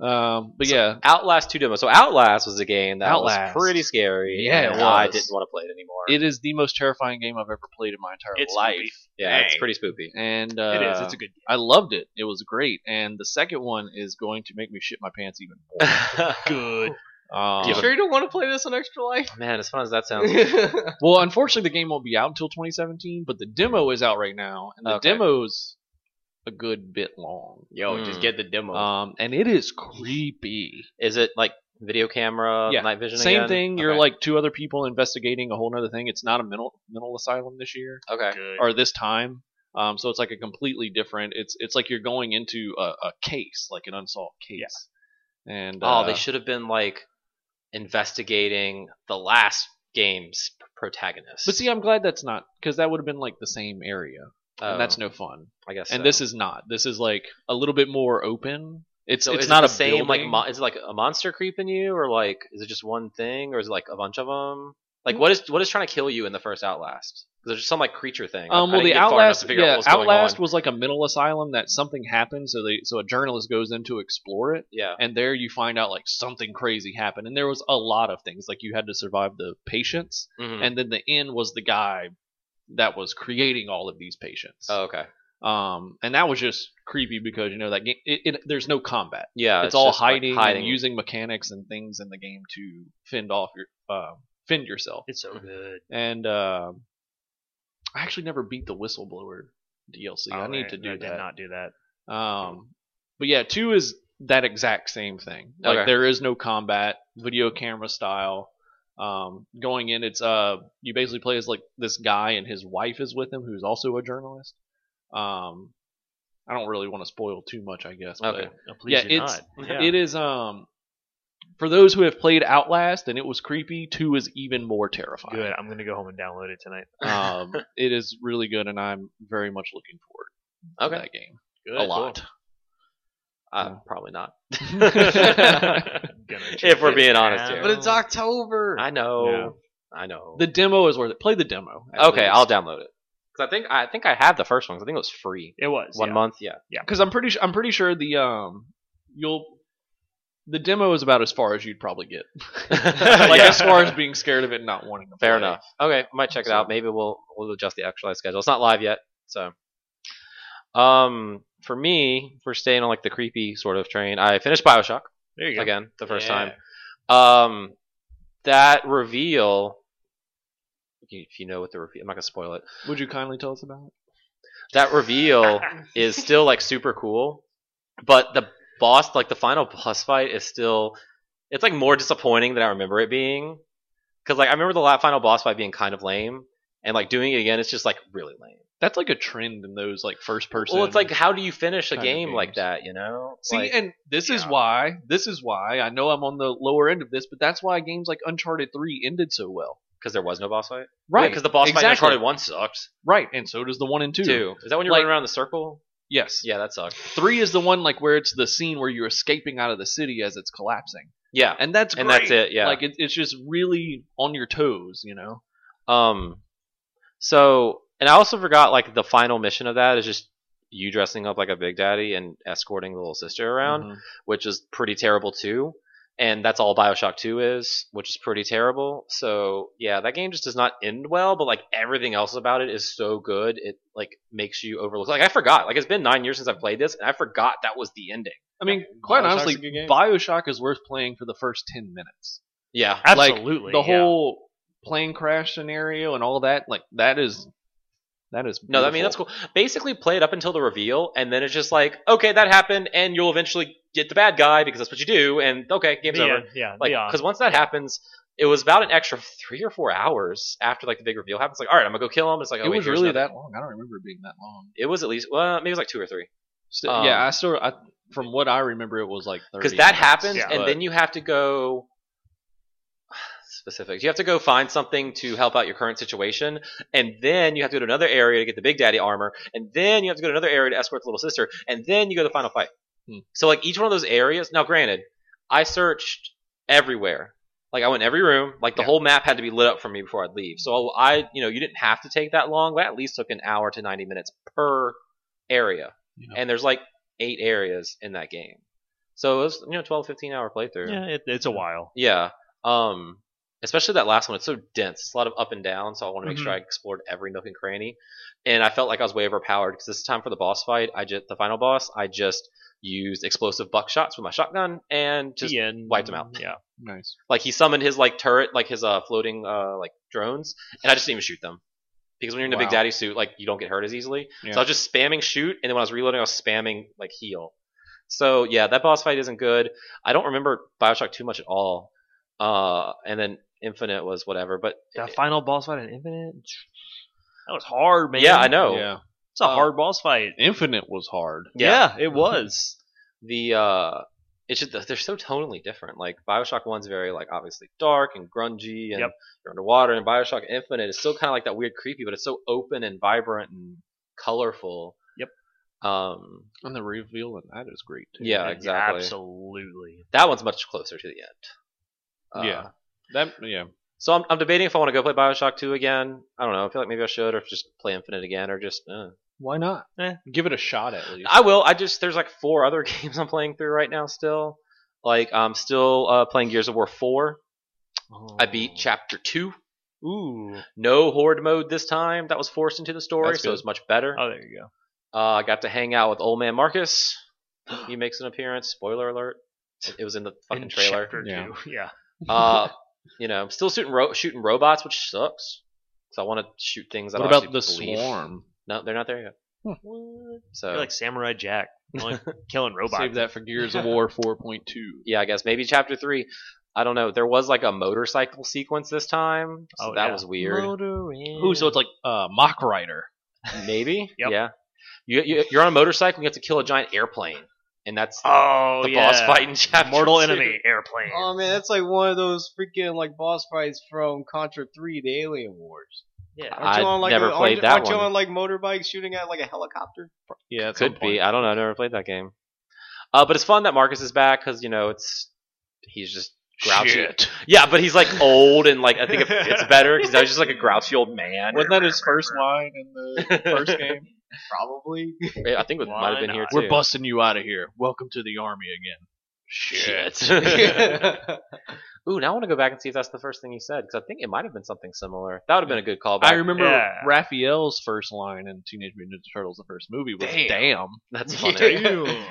Speaker 3: Um, but yeah,
Speaker 1: Outlast 2 demo. So Outlast was a game that
Speaker 3: Outlast.
Speaker 1: was pretty scary.
Speaker 3: Yeah, it
Speaker 1: and I
Speaker 3: was.
Speaker 1: didn't want to play it anymore.
Speaker 3: it is the most terrifying game I've ever played in my entire
Speaker 2: It's
Speaker 3: life.
Speaker 2: spooky.
Speaker 1: yeah, it's
Speaker 4: Dang.
Speaker 1: pretty spooky.
Speaker 3: And uh,
Speaker 2: it is. It's a good game.
Speaker 3: I loved it. It was great. And the second one is going to make me shit my pants even more.
Speaker 2: Good.
Speaker 3: Um,
Speaker 1: You sure
Speaker 4: you don't want to play this on Extra Life?
Speaker 1: Man, as fun as that sounds.
Speaker 4: That's
Speaker 3: Well, unfortunately, the game won't be out until 2017, but the demo is out right now, and the
Speaker 1: Okay.
Speaker 3: demo's a good bit long.
Speaker 4: Yo,
Speaker 1: Mm.
Speaker 4: just get the
Speaker 2: Oh.
Speaker 4: demo.
Speaker 3: Um, and it is creepy.
Speaker 1: Is it like video camera,
Speaker 3: Yeah.
Speaker 1: night vision
Speaker 3: Same
Speaker 1: again?
Speaker 3: thing. You're
Speaker 1: Okay.
Speaker 3: like two other people investigating a whole other thing. It's not a mental mental asylum this year.
Speaker 1: Okay.
Speaker 2: Good.
Speaker 3: or this time. Um, so it's like a completely different. It's it's like you're going into a, a case, like an unsolved case. And
Speaker 1: Oh,
Speaker 3: uh,
Speaker 1: they should have been like investigating the last game's p- protagonist.
Speaker 3: But see, I'm glad that's not because that would have been like the same area,
Speaker 1: Oh,
Speaker 3: and that's no fun.
Speaker 1: I guess.
Speaker 3: And
Speaker 1: so.
Speaker 3: this is not. This is like a little bit more open. It's
Speaker 1: So
Speaker 3: it's
Speaker 1: is it
Speaker 3: not
Speaker 1: the
Speaker 3: a
Speaker 1: same like
Speaker 3: building.
Speaker 1: mo- is it like a monster creeping you or like is it just one thing or is it like a bunch of them? Like
Speaker 3: Mm.
Speaker 1: what is what is trying to kill you in the first Outlast? 'Cause there's just some like creature thing. I-
Speaker 3: Um, well,
Speaker 1: I didn't
Speaker 3: the
Speaker 1: get far enough
Speaker 3: Outlast,
Speaker 1: to figure out what
Speaker 3: yeah,
Speaker 1: was going
Speaker 3: Outlast
Speaker 1: on.
Speaker 3: was like a mental asylum that something happened, so they so a journalist goes in to explore it,
Speaker 1: yeah.
Speaker 3: and there you find out like something crazy happened, and there was a lot of things like you had to survive the patients,
Speaker 1: Mhm.
Speaker 3: and then the end was the guy that was creating all of these patients.
Speaker 1: oh, okay.
Speaker 3: Um, and that was just creepy because you know that game. It, it, there's no combat.
Speaker 1: Yeah,
Speaker 3: It's, all
Speaker 1: Uh, just, like,
Speaker 3: hiding,
Speaker 1: hiding.
Speaker 3: and using mechanics and things in the game to fend off your uh, fend yourself.
Speaker 2: It's so good.
Speaker 3: And um I actually never beat the whistleblower DLC. I
Speaker 2: Oh,
Speaker 3: need
Speaker 2: man,
Speaker 3: to do
Speaker 2: I Did
Speaker 3: that.
Speaker 2: not do that.
Speaker 3: Um, but yeah, two is that exact same thing. Like
Speaker 1: Okay.
Speaker 3: there is no combat, video camera style. Um, going in, it's uh, you basically play as like this guy and his wife is with him, who's also a journalist. Um, I don't really want to spoil too much, I guess.
Speaker 1: Okay.
Speaker 2: No, please
Speaker 3: Yeah,
Speaker 2: do
Speaker 3: it's-
Speaker 2: not.
Speaker 3: But
Speaker 2: Yeah.
Speaker 3: It is um, for those who have played Outlast and it was creepy, two is even more terrifying.
Speaker 2: good. I'm gonna go home and download it tonight.
Speaker 3: um, it is really good, and I'm very much looking forward to
Speaker 1: Okay.
Speaker 3: that game
Speaker 2: Good.
Speaker 3: a lot.
Speaker 1: Uh, probably not.
Speaker 2: Gonna check
Speaker 1: if we're
Speaker 2: it
Speaker 1: being honest
Speaker 2: out.
Speaker 1: here.
Speaker 4: but it's October.
Speaker 1: I know.
Speaker 2: No.
Speaker 1: I know.
Speaker 3: The demo is worth it. Play the demo. at
Speaker 1: okay,
Speaker 3: least.
Speaker 1: I'll download it. 'Cause I think I think I had the first one. 'cause I think it was free.
Speaker 2: It was
Speaker 1: One
Speaker 2: yeah.
Speaker 1: month, yeah.
Speaker 3: because I'm pretty su- I'm pretty sure the um you'll the demo is about as far as you'd probably get.
Speaker 1: like,
Speaker 3: like
Speaker 2: Yeah.
Speaker 3: as far as being scared of it and not wanting to.
Speaker 1: Fair
Speaker 3: play.
Speaker 1: enough. Okay, might check it out. Maybe we'll we'll adjust the actualized schedule. It's not live yet, so. Um, for me, for staying on like the creepy sort of train, I finished Bioshock
Speaker 2: There you go.
Speaker 1: again the first
Speaker 4: Yeah.
Speaker 1: time. Um, that reveal. If you know what the reveal, I'm not gonna spoil it.
Speaker 3: Would you kindly tell us about it?
Speaker 1: That reveal is still like super cool, but the boss, like the final boss fight, is still. It's like more disappointing than I remember it being, because like I remember the la- final boss fight being kind of lame, and like doing it again, it's just like really lame.
Speaker 3: That's like a trend in those like first person.
Speaker 1: Well, it's like how do you finish a
Speaker 3: kind of
Speaker 1: game like
Speaker 3: games.
Speaker 1: that? You know,
Speaker 3: See,
Speaker 1: Like,
Speaker 3: and this is
Speaker 1: yeah.
Speaker 3: why this is why I know I'm on the lower end of this, but that's why games like Uncharted Three ended so well.
Speaker 1: because there was no boss fight,
Speaker 3: Right,
Speaker 1: Because the boss fight in
Speaker 3: exactly.
Speaker 1: Uncharted One sucked.
Speaker 3: Right, and so does the one and two.
Speaker 1: Two. is that when you're
Speaker 3: Like-
Speaker 1: running around the circle?
Speaker 3: Yes,
Speaker 1: Yeah, that sucked.
Speaker 3: three is the one like where it's the scene where you're escaping out of the city as it's collapsing,
Speaker 1: Yeah,
Speaker 3: and that's
Speaker 1: and
Speaker 3: great.
Speaker 1: that's it. Yeah,
Speaker 3: Like it, it's just really on your toes, you know.
Speaker 1: Um, so, and I also forgot like the final mission of that is just you dressing up like a big daddy and escorting the little sister around,
Speaker 3: Mhm.
Speaker 1: which is pretty terrible too. And that's all Bioshock Two is, which is pretty terrible. So yeah, that game just does not end well. But like everything else about it is so good, it like makes you overlook. Like I forgot. Like it's been nine years since I played this, and I forgot that was the ending.
Speaker 3: I mean, quite
Speaker 4: Bioshock's
Speaker 3: honestly,
Speaker 4: a good game.
Speaker 3: Bioshock is worth playing for the first ten minutes.
Speaker 1: Yeah,
Speaker 3: like,
Speaker 2: Absolutely.
Speaker 3: the
Speaker 2: yeah.
Speaker 3: whole plane crash scenario and all that, like that is that is
Speaker 1: No, I mean that's
Speaker 3: beautiful.
Speaker 1: cool. Basically, play it up until the reveal, and then it's just like, okay, that happened, and you'll eventually get the bad guy because that's what you do. And okay, game's
Speaker 2: The
Speaker 1: over.
Speaker 2: end, Yeah.
Speaker 1: Like,
Speaker 2: yeah.
Speaker 1: because once that happens, it was about an extra three or four hours after like the big reveal happens. Like, all right, I'm gonna go kill him. It's like, oh,
Speaker 3: It
Speaker 1: wait,
Speaker 3: was
Speaker 1: here's
Speaker 3: really
Speaker 1: another-
Speaker 3: that long. I don't remember it being that long.
Speaker 1: It was at least well, maybe it was like two or three.
Speaker 3: Still,
Speaker 1: Um,
Speaker 3: yeah, I still I, from what I remember, it was like thirty.
Speaker 1: Because that happens,
Speaker 2: Yeah.
Speaker 1: and
Speaker 3: But-
Speaker 1: then you have to go specifics. You have to go find something to help out your current situation, and then you have to go to another area to get the Big Daddy armor, and then you have to go to another area to escort the little sister, and then you go to the final fight.
Speaker 3: Hmm.
Speaker 1: So like each one of those areas. Now, granted, I searched everywhere. Like I went every room. Like the
Speaker 3: Yeah.
Speaker 1: whole map had to be lit up for me before I'd leave. So I, you know, you didn't have to take that long, but I at least took an hour to ninety minutes per area.
Speaker 3: Yeah.
Speaker 1: And there's like eight areas in that game. So it was, you know, 12, 15 hour playthrough.
Speaker 2: yeah, it, it's a while.
Speaker 1: Yeah. Um, especially that last one. It's so dense. It's a lot of up and down. So I want to make sure
Speaker 3: Mm-hmm.
Speaker 2: Mhm.
Speaker 1: I explored every nook and cranny. And I felt like I was way overpowered because this time for the boss fight, I just the final boss, I just used explosive buckshots with my shotgun and just
Speaker 2: the end.
Speaker 1: wiped 'em out.
Speaker 2: Yeah.
Speaker 3: nice.
Speaker 1: like he summoned his like turret, like his uh floating uh like drones, and I just didn't even shoot them because when you're in the Big
Speaker 3: Wow.
Speaker 1: Daddy suit, like you don't get hurt as easily.
Speaker 3: Yeah.
Speaker 1: So I was just spamming shoot, and then when I was reloading, I was spamming like heal. So yeah, that boss fight isn't good. I don't remember Bioshock too much at all. Uh, and then Infinite was whatever, but
Speaker 2: That final boss fight in Infinite. That was hard, man.
Speaker 1: yeah, I know
Speaker 3: Yeah,
Speaker 2: It's a
Speaker 1: Um,
Speaker 2: hard boss fight.
Speaker 3: Infinite was hard.
Speaker 1: Yeah.
Speaker 2: Yeah, it was.
Speaker 1: the uh. It's just, they're so tonally different. Like Bioshock One's very like obviously dark and grungy, and
Speaker 2: Yep.
Speaker 1: you're underwater. And Bioshock Infinite is still kind of like that weird creepy, but it's so open and vibrant and colorful.
Speaker 2: Yep.
Speaker 1: Um,
Speaker 3: And the reveal and that is great too.
Speaker 1: Yeah, exactly.
Speaker 2: Absolutely.
Speaker 1: that one's much closer to the end. Uh,
Speaker 3: yeah. That yeah.
Speaker 1: So I'm, I'm debating if I want to go play Bioshock 2 again. I don't know. I feel like maybe I should, or just play Infinite again, or just. Uh.
Speaker 3: Why not?
Speaker 2: Eh.
Speaker 3: Give it a shot at least.
Speaker 1: I will. I just there's like four other games I'm playing through right now still. Like I'm still uh, playing Gears of War 4. I beat Chapter 2.
Speaker 2: Oh. Ooh.
Speaker 1: No horde mode this time. That was forced into the story,
Speaker 3: That's
Speaker 1: so
Speaker 3: good.
Speaker 1: it's much better.
Speaker 2: Oh, there you go.
Speaker 1: Uh, I got to hang out with old man Marcus. he makes an appearance. Spoiler alert. It- It was in the fucking
Speaker 2: And
Speaker 1: trailer.
Speaker 2: Chapter
Speaker 3: Yeah.
Speaker 2: two. yeah.
Speaker 1: Uh, you know, I'm still shooting ro- shooting robots, which sucks. So I want to shoot things. I
Speaker 3: What
Speaker 1: don't
Speaker 3: about the
Speaker 1: actually believe.
Speaker 3: swarm?
Speaker 1: No, they're not there yet.
Speaker 2: You're
Speaker 1: So
Speaker 2: like Samurai Jack, like killing robots.
Speaker 3: Save that for Gears of War 4.2.
Speaker 1: yeah, I guess maybe chapter three. I don't know. There was like a motorcycle sequence this time, so
Speaker 2: Oh,
Speaker 1: that
Speaker 2: yeah.
Speaker 1: was weird.
Speaker 3: Ooh, so it's like uh, Mock Rider.
Speaker 1: Maybe,
Speaker 2: Yep.
Speaker 1: yeah. You, you you're on a motorcycle. and You have to kill a giant airplane, and that's
Speaker 2: oh
Speaker 1: the
Speaker 2: yeah.
Speaker 1: boss fight in chapter.
Speaker 2: Mortal
Speaker 1: two.
Speaker 2: enemy airplane.
Speaker 4: Oh man, that's like one of those freaking like boss fights from Contra Three: The Alien Wars.
Speaker 2: yeah.
Speaker 4: Aren't you
Speaker 1: I'd
Speaker 4: on, like,
Speaker 1: never
Speaker 4: a,
Speaker 1: played
Speaker 4: aren't,
Speaker 1: that
Speaker 4: aren't you
Speaker 1: one.
Speaker 4: on like motorbikes shooting at like a helicopter?
Speaker 3: Yeah, at some
Speaker 1: Could be. I don't know. I never played that game. Uh, but it's fun that Marcus is back because you know it's he's just
Speaker 3: point.
Speaker 2: Oh,
Speaker 1: grouchy.
Speaker 3: Shit.
Speaker 1: Yeah, but he's like old and like I think it fits better because now he's just like a grouchy old man.
Speaker 3: Wasn't that his first line in the first game?
Speaker 4: Probably.
Speaker 1: I think it might have been here too.
Speaker 3: We're busting you out of here. Welcome to the army again.
Speaker 1: Shit.
Speaker 4: I
Speaker 1: Ooh, now I want to go back and see if that's the first thing he said because I think it might have been something similar. That would have been a good callback.
Speaker 3: I remember
Speaker 2: Yeah.
Speaker 3: Raphael's first line in Teenage Mutant Ninja Turtles, the first movie, was
Speaker 2: Damn.
Speaker 3: "Damn."
Speaker 1: That's
Speaker 4: Yeah.
Speaker 1: funny.
Speaker 2: Ew.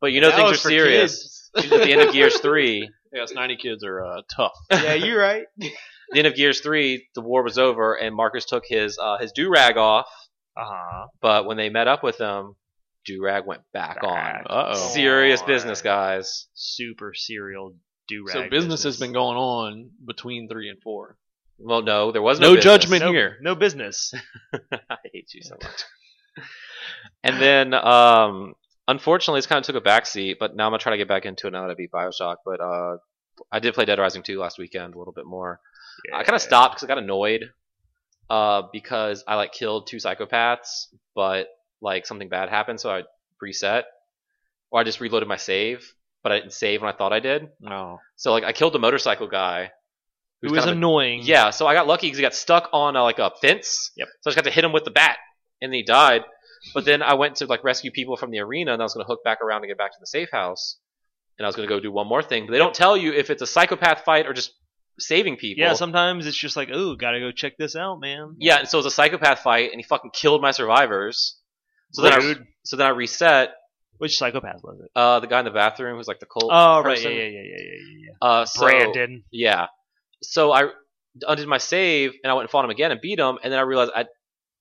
Speaker 1: But you know things are serious. Usually At the end of Gears Three,
Speaker 3: Yeah, us ninety kids are uh, tough.
Speaker 4: yeah, you're right.
Speaker 1: the end of Gears Three, the war was over and Marcus took his uh, his do rag off.
Speaker 2: Uh-huh.
Speaker 1: But when they met up with him, do rag went back on.
Speaker 2: Back
Speaker 3: Uh oh.
Speaker 1: Serious
Speaker 2: on.
Speaker 1: business, guys.
Speaker 2: Super serial do rag.
Speaker 3: So business has been going on between three and four.
Speaker 1: Well, no, there was no,
Speaker 3: No
Speaker 1: business.
Speaker 3: judgment
Speaker 2: no,
Speaker 3: here.
Speaker 2: No business.
Speaker 1: I hate you so much. and then, um, unfortunately, it's kind of took a backseat. But now I'm gonna try to get back into it now that I beat Bioshock. But uh, I did play Dead Rising 2 last weekend a little bit more. I kind of stopped because I got annoyed uh, because I like killed two psychopaths, but like something bad happened, so I reset or I just reloaded my save, but I didn't save when I thought I did.
Speaker 3: No.
Speaker 1: So like I killed the motorcycle guy.
Speaker 2: It
Speaker 1: who's
Speaker 2: was
Speaker 1: kind of a-
Speaker 2: annoying.
Speaker 1: yeah, so I got lucky because he got stuck on uh, like a fence.
Speaker 2: Yep.
Speaker 1: So I just got to hit him with the bat, and he died. But then I went to like rescue people from the arena, and I was going to hook back around to get back to the safe house, and I was going to go do one more thing. But they don't tell you if it's a psychopath fight or just saving people.
Speaker 2: Yeah, sometimes it's just like, ooh, gotta go check this out, man.
Speaker 1: Yeah, and so it was a psychopath fight, and he fucking killed my survivors. So then, I,
Speaker 2: Rude.
Speaker 1: so then I reset
Speaker 2: Which psychopath was it?
Speaker 1: uh, the guy in the bathroom who's like the cult.
Speaker 2: Oh, right. Yeah,
Speaker 1: person.
Speaker 2: yeah, yeah, yeah, yeah, yeah.
Speaker 1: Uh, so,
Speaker 2: Brandon.
Speaker 1: Yeah. So I undid my save, and I went and fought him again and beat him, and then I realized I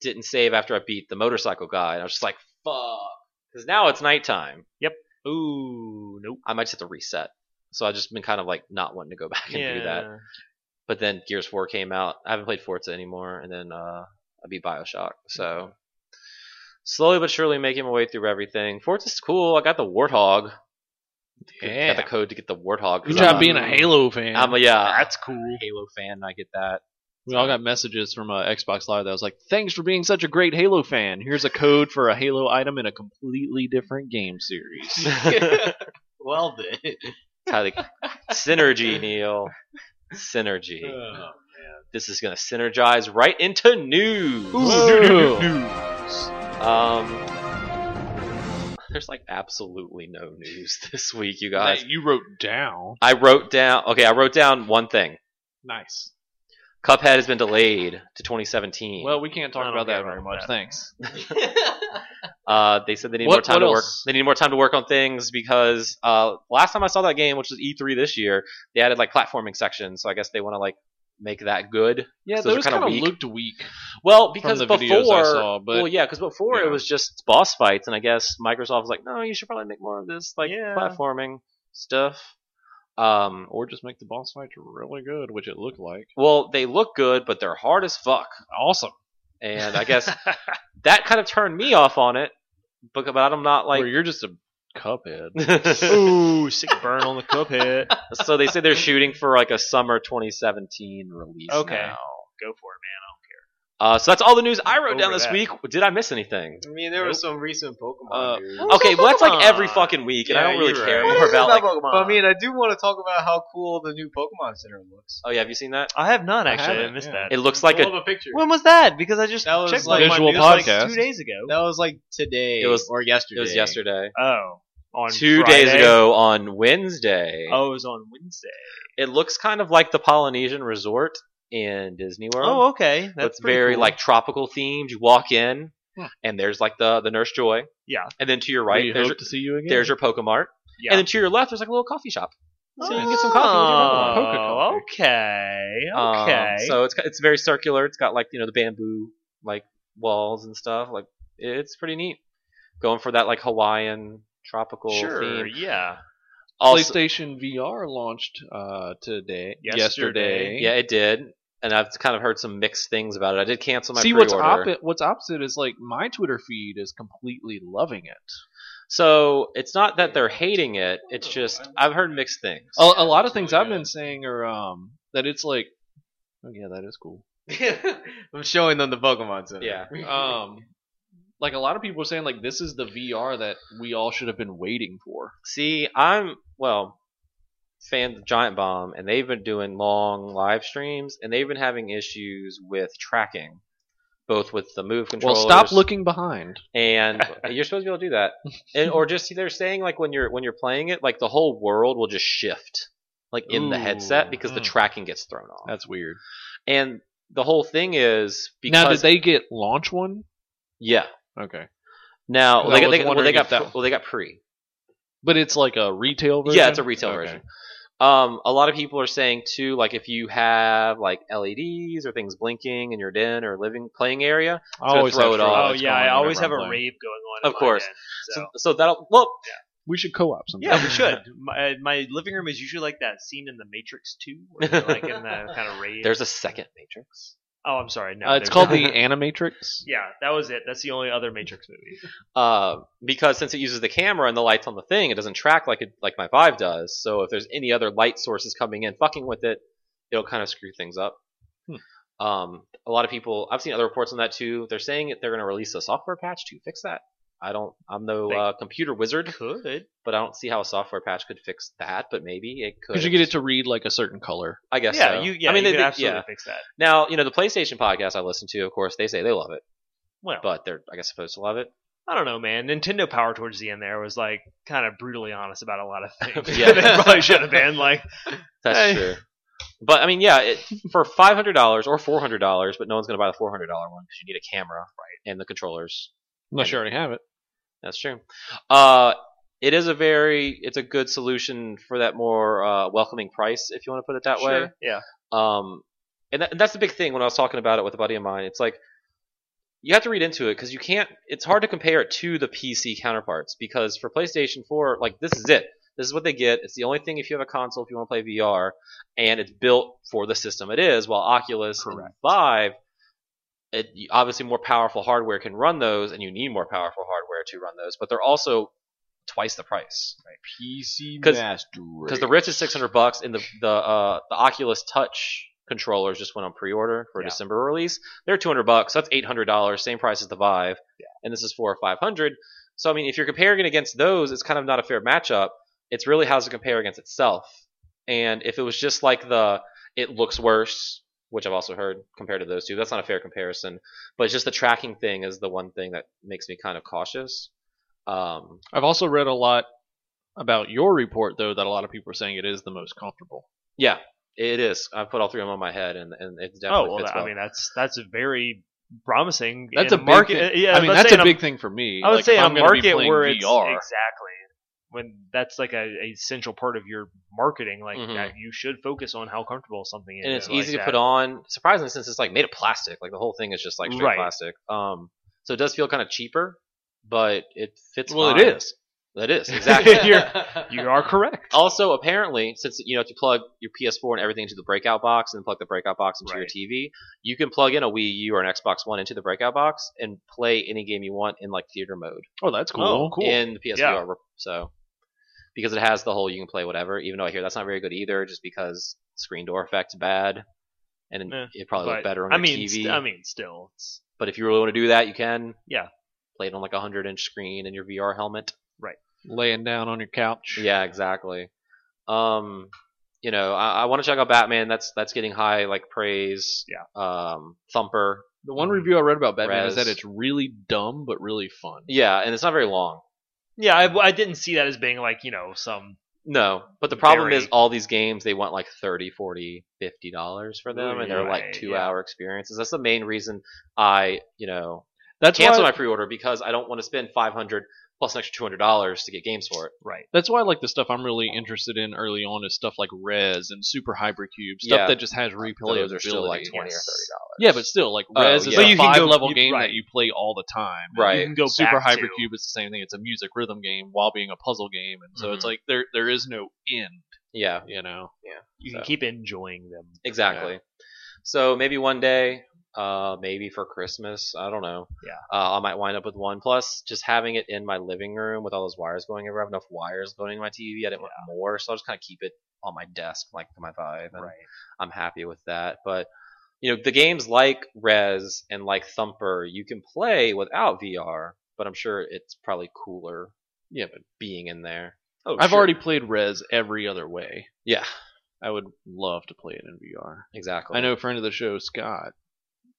Speaker 1: didn't save after I beat the motorcycle guy, and I was just like, fuck. Because now it's nighttime.
Speaker 2: Ooh, nope.
Speaker 1: I might just have to reset. So I've just been kind of like not wanting to go back and
Speaker 2: yeah.
Speaker 1: do that. But then Gears 4 came out. I haven't played Forza anymore, and then uh, I beat Bioshock. So slowly but surely making my way through everything. Forza's cool. I got the Warthog.
Speaker 3: Yeah.
Speaker 1: Got the code to get the Warthog. 'cause
Speaker 3: Good
Speaker 1: I'm
Speaker 3: job being a Halo fan.
Speaker 1: I'm a, yeah,
Speaker 2: That's cool.
Speaker 1: Halo fan. and I get that.
Speaker 3: we all got messages from uh, Xbox Live that was like, "Thanks for being such a great Halo fan. Here's a code for a Halo item in a completely different game series."
Speaker 4: well then.
Speaker 1: It's how they synergy, Neil. Synergy.
Speaker 3: Uh.
Speaker 1: This is gonna synergize right into news. Um, there's like absolutely no news this week, you guys.
Speaker 3: That you wrote down.
Speaker 1: I wrote down. Okay, I wrote down one thing.
Speaker 3: Nice.
Speaker 1: Cuphead has been delayed to 2017.
Speaker 3: Well, we can't talk
Speaker 2: I don't
Speaker 3: about
Speaker 2: care
Speaker 3: that very
Speaker 2: about
Speaker 3: much.
Speaker 2: that.
Speaker 3: Thanks.
Speaker 1: uh, they said they need
Speaker 3: What-
Speaker 1: more time
Speaker 3: what
Speaker 1: to work.
Speaker 3: else?
Speaker 1: They need more time to work on things because uh, last time I saw that game, which was E3 this year, they added like platforming sections. So I guess they want to like make that good.
Speaker 3: Yeah,
Speaker 1: So those
Speaker 3: those
Speaker 1: kinda
Speaker 3: kind of
Speaker 1: weak.
Speaker 3: looked weak.
Speaker 1: Well, because
Speaker 3: the
Speaker 1: before,
Speaker 3: videos I saw, but-
Speaker 1: well, yeah, because before
Speaker 3: Yeah.
Speaker 1: it was just boss fights, and I guess Microsoft was like, no, you should probably make more of this like
Speaker 2: Yeah.
Speaker 1: platforming stuff. Um,
Speaker 3: Or just make the boss fights really good, which it looked like.
Speaker 1: well, they look good, but they're hard as fuck,
Speaker 3: Awesome.
Speaker 1: and I guess that kind of turned me off on it. But but I'm not
Speaker 3: Like
Speaker 1: like.
Speaker 3: you're just a cuphead.
Speaker 2: Ooh, sick burn on the cuphead.
Speaker 1: so they say they're shooting for like a summer 2017 release.
Speaker 2: Okay.
Speaker 1: now.
Speaker 2: Go for it,
Speaker 1: Uh, so that's all the news I wrote
Speaker 2: Over
Speaker 1: down this
Speaker 2: that.
Speaker 1: week. Did I miss anything?
Speaker 4: I mean, there was some recent Pokemon
Speaker 3: Uh,
Speaker 4: news.
Speaker 2: What was
Speaker 1: Okay,
Speaker 2: that
Speaker 1: well that's like every
Speaker 2: Pokemon?
Speaker 1: fucking week, and
Speaker 4: Yeah,
Speaker 1: I don't really
Speaker 4: you're
Speaker 1: care
Speaker 4: right.
Speaker 1: more about like.
Speaker 2: Pokemon?
Speaker 4: But I mean, I do want to talk about how cool the new Pokemon Center looks.
Speaker 1: Oh yeah, have you seen that?
Speaker 2: I have not
Speaker 3: I
Speaker 2: actually. I,
Speaker 3: haven't,
Speaker 2: missed
Speaker 3: yeah.
Speaker 2: that.
Speaker 1: It looks like a
Speaker 4: Pull up a picture.
Speaker 2: when was that? Because I just
Speaker 4: That was
Speaker 2: checked
Speaker 4: like-
Speaker 2: like, my
Speaker 3: Visual
Speaker 2: news, like,
Speaker 3: podcast.
Speaker 2: two days ago.
Speaker 4: That was like today.
Speaker 1: It was-
Speaker 4: or yesterday.
Speaker 1: It was yesterday.
Speaker 2: Oh, on
Speaker 1: Two
Speaker 2: Friday?
Speaker 1: days ago on Wednesday.
Speaker 2: Oh, it was on Wednesday.
Speaker 1: It looks kind of like the Polynesian resort in Disney World.
Speaker 2: Oh, okay. That's
Speaker 1: it's
Speaker 2: pretty
Speaker 1: very
Speaker 2: cool.
Speaker 1: like tropical themed. You walk in
Speaker 3: Hmm.
Speaker 1: and there's like the the Nurse Joy.
Speaker 2: Yeah.
Speaker 1: And then to your
Speaker 3: Right.
Speaker 1: right
Speaker 3: We
Speaker 1: there's
Speaker 3: hope
Speaker 1: your,
Speaker 3: to see you again.
Speaker 1: there's your Pokemart.
Speaker 2: yeah.
Speaker 1: And then to your left there's like a little coffee shop.
Speaker 3: Oh,
Speaker 1: So you can get some coffee with your Pokemon.
Speaker 2: Oh, okay.
Speaker 1: Um,
Speaker 2: Okay.
Speaker 1: so it's it's very circular. It's got like you know the bamboo like walls and stuff. Like it's pretty neat. Going for that like Hawaiian tropical
Speaker 2: sure.
Speaker 1: theme.
Speaker 2: Yeah.
Speaker 1: Also,
Speaker 3: PlayStation VR launched uh, today.
Speaker 2: Yesterday.
Speaker 3: Yesterday.
Speaker 1: yeah, it did. And I've kind of heard some mixed things about it. I did cancel my
Speaker 3: See what's
Speaker 1: pre-order.
Speaker 3: opposite. What's opposite is like my Twitter feed is completely loving it.
Speaker 1: So it's not that they're hating it. It's just I've heard mixed things.
Speaker 3: A, a lot of things I've been saying are um that it's like, oh yeah, that is cool.
Speaker 4: I'm showing them the Pokemon Center.
Speaker 1: Yeah.
Speaker 3: Um, like a lot of people are saying like this is the VR that we all should have been waiting for.
Speaker 1: See, I'm well, fan of Giant Bomb, and they've been doing long live streams, and they've been having issues with tracking. both with the move
Speaker 3: Well,
Speaker 1: controllers.
Speaker 3: stop looking behind.
Speaker 1: And you're supposed to be able to do that, and, or just they're saying like when you're when you're playing it, like the whole world will just shift, like in the
Speaker 3: Ooh. Hmm.
Speaker 1: headset because the
Speaker 2: Mm.
Speaker 1: tracking gets thrown off.
Speaker 3: That's weird.
Speaker 1: and the whole thing is because
Speaker 3: now, did they get launch one?
Speaker 1: yeah.
Speaker 3: Okay,
Speaker 1: Now
Speaker 3: 'Cause
Speaker 1: they,
Speaker 3: I was
Speaker 1: got- they, got- well, they
Speaker 3: wondering
Speaker 1: got
Speaker 3: if that-
Speaker 1: well, they got pre.
Speaker 3: but it's like a retail version.
Speaker 1: Yeah, it's a retail
Speaker 3: Okay.
Speaker 1: version. Um, a lot of people are saying too, like if you have like LEDs or things blinking in your den or living playing area,
Speaker 3: I
Speaker 1: Gonna
Speaker 3: always
Speaker 1: throw
Speaker 3: have
Speaker 1: it
Speaker 3: to
Speaker 1: all.
Speaker 3: roll
Speaker 1: Oh,
Speaker 2: Oh
Speaker 3: that's
Speaker 2: yeah,
Speaker 3: going
Speaker 2: I
Speaker 3: whenever
Speaker 2: always
Speaker 3: I'm
Speaker 2: have a
Speaker 3: playing.
Speaker 2: rave going on. in
Speaker 1: Of
Speaker 2: my
Speaker 1: course.
Speaker 2: den,
Speaker 1: so,
Speaker 2: so.
Speaker 1: so that'll well,
Speaker 3: We should co-op sometime.
Speaker 2: Yeah, we should. My, uh, my living room is usually like that scene in The Matrix 2, where they're like in that kind of rave.
Speaker 1: there's a second Matrix.
Speaker 2: oh, I'm sorry. No,
Speaker 3: Uh, it's
Speaker 2: there's
Speaker 3: called
Speaker 2: not.
Speaker 3: the Animatrix.
Speaker 2: Yeah, that was it. That's the only other Matrix movie.
Speaker 1: Uh, because since it uses the camera and the lights on the thing, it doesn't track like it like my Vive does. So if there's any other light sources coming in fucking with it, it'll kind of screw things up.
Speaker 2: Hmm.
Speaker 1: Um, a lot of people I've seen other reports on that too. They're saying that they're going to release a software patch to fix that. I don't. I'm no
Speaker 2: They-
Speaker 1: uh, computer wizard.
Speaker 2: Could.
Speaker 1: but I don't see how a software patch could fix that. But maybe it could.
Speaker 3: Because you get it to read like a certain color.
Speaker 1: I guess.
Speaker 2: Yeah,
Speaker 1: so.
Speaker 2: you. Yeah,
Speaker 1: I mean,
Speaker 2: you
Speaker 1: they,
Speaker 2: could
Speaker 1: they-
Speaker 2: absolutely
Speaker 1: yeah.
Speaker 2: fix that.
Speaker 1: Now you know the PlayStation podcast I listen to. Of course, they say they love it,
Speaker 2: Well,
Speaker 1: but they're I guess supposed to love it.
Speaker 2: I don't know, man. Nintendo Power towards the end there was like kind of brutally honest about a lot of things.
Speaker 1: Yeah.
Speaker 2: yeah, they probably should have been like,
Speaker 1: That's
Speaker 2: Hey.
Speaker 1: true. But I mean, yeah, it, for five hundred dollars or four hundred dollars, but no one's going to buy the four hundred dollar one because you need a camera, right, and the controllers.
Speaker 3: Unless you already have it.
Speaker 1: That's true. Uh, it is a very, it's a good solution for that more uh, welcoming price, if you want to put it that way.
Speaker 2: sure, yeah,
Speaker 1: Um, and, that, and that's the big thing when I was talking about it with a buddy of mine. It's like you have to read into it because you can't. It's hard to compare it to the PC counterparts because for PlayStation 4, like this is it. This is what they get. It's the only thing if you have a console if you want to play VR, and it's built for the system it is. While Oculus and
Speaker 2: Correct.
Speaker 1: Vive, it, obviously more powerful hardware can run those, and you need more powerful hardware to run those. But they're also twice the price
Speaker 4: PC
Speaker 1: 'Cause-
Speaker 4: Master
Speaker 1: because the Ritz is six hundred bucks, and the the uh, the Oculus Touch controllers just went on pre-order for
Speaker 2: Yeah.
Speaker 1: December release. They're two hundred bucks. That's eight hundred dollars, same price as the Vive, and this is four or five hundred. So I mean, if you're comparing it against those, it's kind of not a fair matchup. It's really how does it compare against itself? And if it was just like the it looks worse, which I've also heard compared to those two, that's not a fair comparison. But it's just the tracking thing is the one thing that makes me kind of cautious. Um,
Speaker 3: I've also read a lot about your report though that a lot of people are saying it is the most comfortable.
Speaker 1: yeah, it is. I put all three of them on my head, and, and it
Speaker 2: Oh
Speaker 1: definitely
Speaker 2: well,
Speaker 1: fits
Speaker 2: that-
Speaker 1: well.
Speaker 2: I mean that's that's a very promising.
Speaker 3: That's
Speaker 2: in
Speaker 3: a big
Speaker 2: market. uh, Yeah,
Speaker 3: I mean,
Speaker 2: let's
Speaker 3: that's
Speaker 2: say
Speaker 3: a
Speaker 2: in
Speaker 3: big thing for me.
Speaker 2: I would
Speaker 3: Like,
Speaker 2: say
Speaker 3: if
Speaker 2: in a
Speaker 3: I'm gonna be
Speaker 2: market
Speaker 3: playing
Speaker 2: where it's
Speaker 3: VR,
Speaker 2: exactly when that's like a, a essential part of your marketing, like
Speaker 1: Mhm.
Speaker 2: that you should focus on how comfortable something is.
Speaker 1: and it's
Speaker 2: like
Speaker 1: easy to
Speaker 2: that.
Speaker 1: put on. Surprisingly, since it's like made of plastic, like the whole thing is just like straight
Speaker 2: Right.
Speaker 1: plastic. Um, so it does feel kind of cheaper, but it fits.
Speaker 3: Well, it
Speaker 1: fine.
Speaker 3: is.
Speaker 1: It is exactly.
Speaker 2: You are correct.
Speaker 1: also, apparently, since you know to plug your PS4 and everything into the breakout box, and then plug the breakout box into your
Speaker 2: Right.
Speaker 1: TV, you can plug in a Wii U or an Xbox One into the breakout box and play any game you want in like theater mode
Speaker 3: Oh, that's cool.
Speaker 2: Oh, cool.
Speaker 1: in the PSVR.
Speaker 2: Yeah.
Speaker 1: re- So because it has the whole you can play whatever, even though I hear that's not very good either, just because screen door effect's bad, and
Speaker 2: Eh,
Speaker 1: it probably looked
Speaker 2: But,
Speaker 1: better on
Speaker 2: I
Speaker 1: your
Speaker 2: mean,
Speaker 1: TV.
Speaker 2: st- I mean, still, it's
Speaker 1: But if you really want to do that, you can.
Speaker 2: Yeah.
Speaker 1: Play it on like a hundred inch screen in your VR helmet.
Speaker 3: Laying down on your couch.
Speaker 1: Yeah, exactly. Um, you know, I, I want to check out Batman. That's that's getting high like praise.
Speaker 2: Yeah.
Speaker 1: Um, Thumper.
Speaker 3: The one review I read about Batman is
Speaker 1: Res.
Speaker 3: that it's really dumb but really fun.
Speaker 1: Yeah, and it's not very long.
Speaker 2: yeah. I, I didn't see that as being like you know some
Speaker 1: No, but the problem
Speaker 2: Very.
Speaker 1: is all these games they want like 30, 40, 50 dollars for them and they're like
Speaker 2: Right,
Speaker 1: 2
Speaker 2: yeah.
Speaker 1: hour experiences. That's the main reason I, you know,
Speaker 3: That's
Speaker 1: cancel
Speaker 3: why
Speaker 1: my pre-order because I don't want to spend 500 plus an extra $200 to get games for it.
Speaker 2: right.
Speaker 3: that's why I like the stuff I'm really interested in early on is stuff like Res and Super Hypercube, stuff
Speaker 1: Yeah.
Speaker 3: that just has replayability.
Speaker 1: Those are still like 20
Speaker 2: yes.
Speaker 1: or $30.
Speaker 3: Yeah, but still, like
Speaker 1: Oh,
Speaker 3: Res
Speaker 1: yeah.
Speaker 3: is
Speaker 1: But
Speaker 3: a
Speaker 2: you can
Speaker 3: five
Speaker 2: go-
Speaker 3: level
Speaker 2: you-
Speaker 3: game
Speaker 2: right.
Speaker 3: that you play all the time.
Speaker 1: Right.
Speaker 2: You can go
Speaker 3: Super
Speaker 2: back to-
Speaker 3: Hypercube is the same thing. It's a music rhythm game while being a puzzle game, and so it's
Speaker 1: Mhm.
Speaker 3: like there there is no end.
Speaker 1: Yeah,
Speaker 3: You know,
Speaker 2: You can
Speaker 1: So.
Speaker 2: keep enjoying them.
Speaker 1: exactly. So maybe one day, uh maybe for Christmas, I don't know.
Speaker 2: Yeah.
Speaker 1: Uh, I might wind up with one plus just having it in my living room with all those wires going everywhere. I have enough wires going in my TV. I didn't want more, so I'll just kind of keep it on my desk like my vibe and
Speaker 2: Right.
Speaker 1: I'm happy with that. But you know, the games like Res and like Thumper, you can play without VR, but I'm sure it's probably cooler. Yeah, but being in there. Oh,
Speaker 3: I've
Speaker 1: sure.
Speaker 3: already played Res every other way.
Speaker 1: Yeah,
Speaker 3: I would love to play it in VR.
Speaker 1: exactly.
Speaker 3: I know a friend of the show, Scott,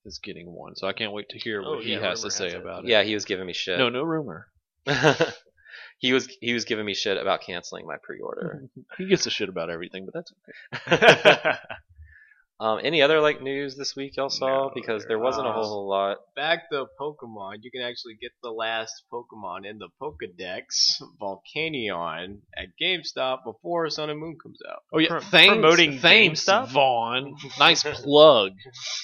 Speaker 3: is getting one, so I can't wait to hear
Speaker 2: Oh,
Speaker 3: what he
Speaker 2: yeah,
Speaker 3: has to
Speaker 2: rumor
Speaker 3: say
Speaker 2: has it.
Speaker 3: about it.
Speaker 1: Yeah, he was giving me shit.
Speaker 3: No, no rumor.
Speaker 1: he was he was giving me shit about canceling my pre-order.
Speaker 3: He gives a shit about everything, but that's okay. Mm-hmm.
Speaker 1: um, any other like news this week y'all saw?
Speaker 2: No,
Speaker 1: because there
Speaker 2: there
Speaker 1: wasn't a
Speaker 4: was.
Speaker 1: whole lot.
Speaker 4: Back to Pokemon, you can actually get the last Pokemon in the Pokedex, Volcanion, at GameStop before Sun and Moon comes out.
Speaker 3: Oh yeah,
Speaker 2: Pro-
Speaker 3: thanks,
Speaker 2: promoting
Speaker 3: thanks,
Speaker 2: GameStop?
Speaker 3: Vaughn. Nice plug.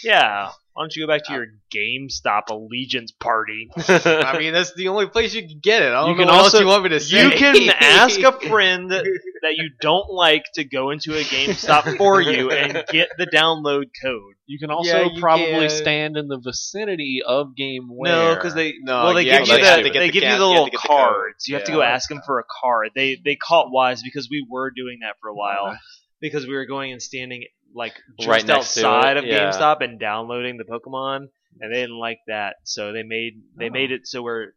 Speaker 2: yeah. Why don't you go back to your GameStop allegiance party?
Speaker 4: I mean, that's the only place you can get it. I don't
Speaker 3: You
Speaker 4: know
Speaker 3: can
Speaker 4: what
Speaker 3: also-
Speaker 4: else you want me to say.
Speaker 2: You can ask a friend that you don't like to go into a GameStop for you and get the download code.
Speaker 3: You can also
Speaker 4: Yeah, you
Speaker 3: probably
Speaker 4: can.
Speaker 3: stand in the vicinity of Game Ware.
Speaker 2: No, because they
Speaker 4: No,
Speaker 2: well, they
Speaker 4: you
Speaker 2: give you
Speaker 4: actually
Speaker 2: the,
Speaker 4: have to get
Speaker 2: they
Speaker 4: the
Speaker 2: give you
Speaker 4: ca-
Speaker 2: the
Speaker 4: have to
Speaker 2: little
Speaker 4: get the code.
Speaker 2: cards. You have to go
Speaker 4: Yeah.
Speaker 2: ask them for a card. They they caught wise because we were doing that for a while because we were going and standing like just
Speaker 1: Right next to
Speaker 2: outside
Speaker 1: it,
Speaker 2: of
Speaker 1: yeah.
Speaker 2: GameStop and downloading the Pokemon, and they didn't like that, so they made they
Speaker 3: Oh.
Speaker 2: made it so where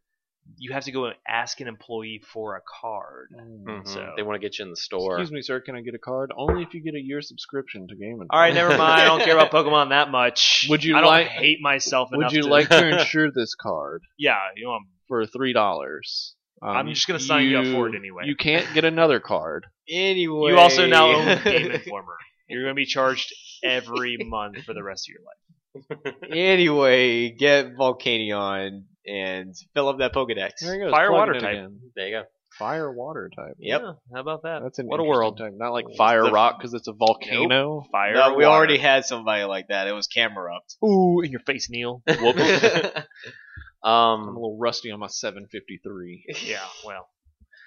Speaker 2: you have to go and ask an employee for a card.
Speaker 1: Mhm.
Speaker 2: So-
Speaker 1: They want to get you in the store.
Speaker 3: Hmm. Mm-hmm. Excuse me, sir. Can I get a card? Only if you get a year subscription to Game.
Speaker 2: All right, never mind. I don't care about Pokemon that much.
Speaker 3: Would you
Speaker 2: I don't
Speaker 3: like-
Speaker 2: hate myself
Speaker 3: Would
Speaker 2: enough
Speaker 3: you
Speaker 2: to-
Speaker 3: like to insure this card
Speaker 2: Yeah, you know, I'm-
Speaker 3: for three dollars? Um,
Speaker 2: I'm just gonna sign you up for it anyway.
Speaker 3: You can't get another card.
Speaker 4: Anyway,
Speaker 2: you also now own Game Informer. You're going to be charged every month for the rest of your life.
Speaker 4: anyway, get Volcanion and fill up that Pokedex.
Speaker 3: There you go,
Speaker 2: Fire
Speaker 3: plug
Speaker 2: water
Speaker 3: it in
Speaker 2: type.
Speaker 3: again.
Speaker 1: There you go.
Speaker 3: Fire water type.
Speaker 4: Yep.
Speaker 2: Yeah, how about that?
Speaker 3: That's an
Speaker 2: What a
Speaker 3: interesting
Speaker 2: world.
Speaker 3: Type. Not like fire
Speaker 4: the-
Speaker 3: rock because it's a volcano.
Speaker 2: Fire.
Speaker 4: No, we
Speaker 2: water.
Speaker 4: already had somebody like that. It was camera up.
Speaker 2: Ooh, in your face, Neil.
Speaker 3: I'm a
Speaker 1: um,
Speaker 3: little rusty on my 753
Speaker 2: yeah, well.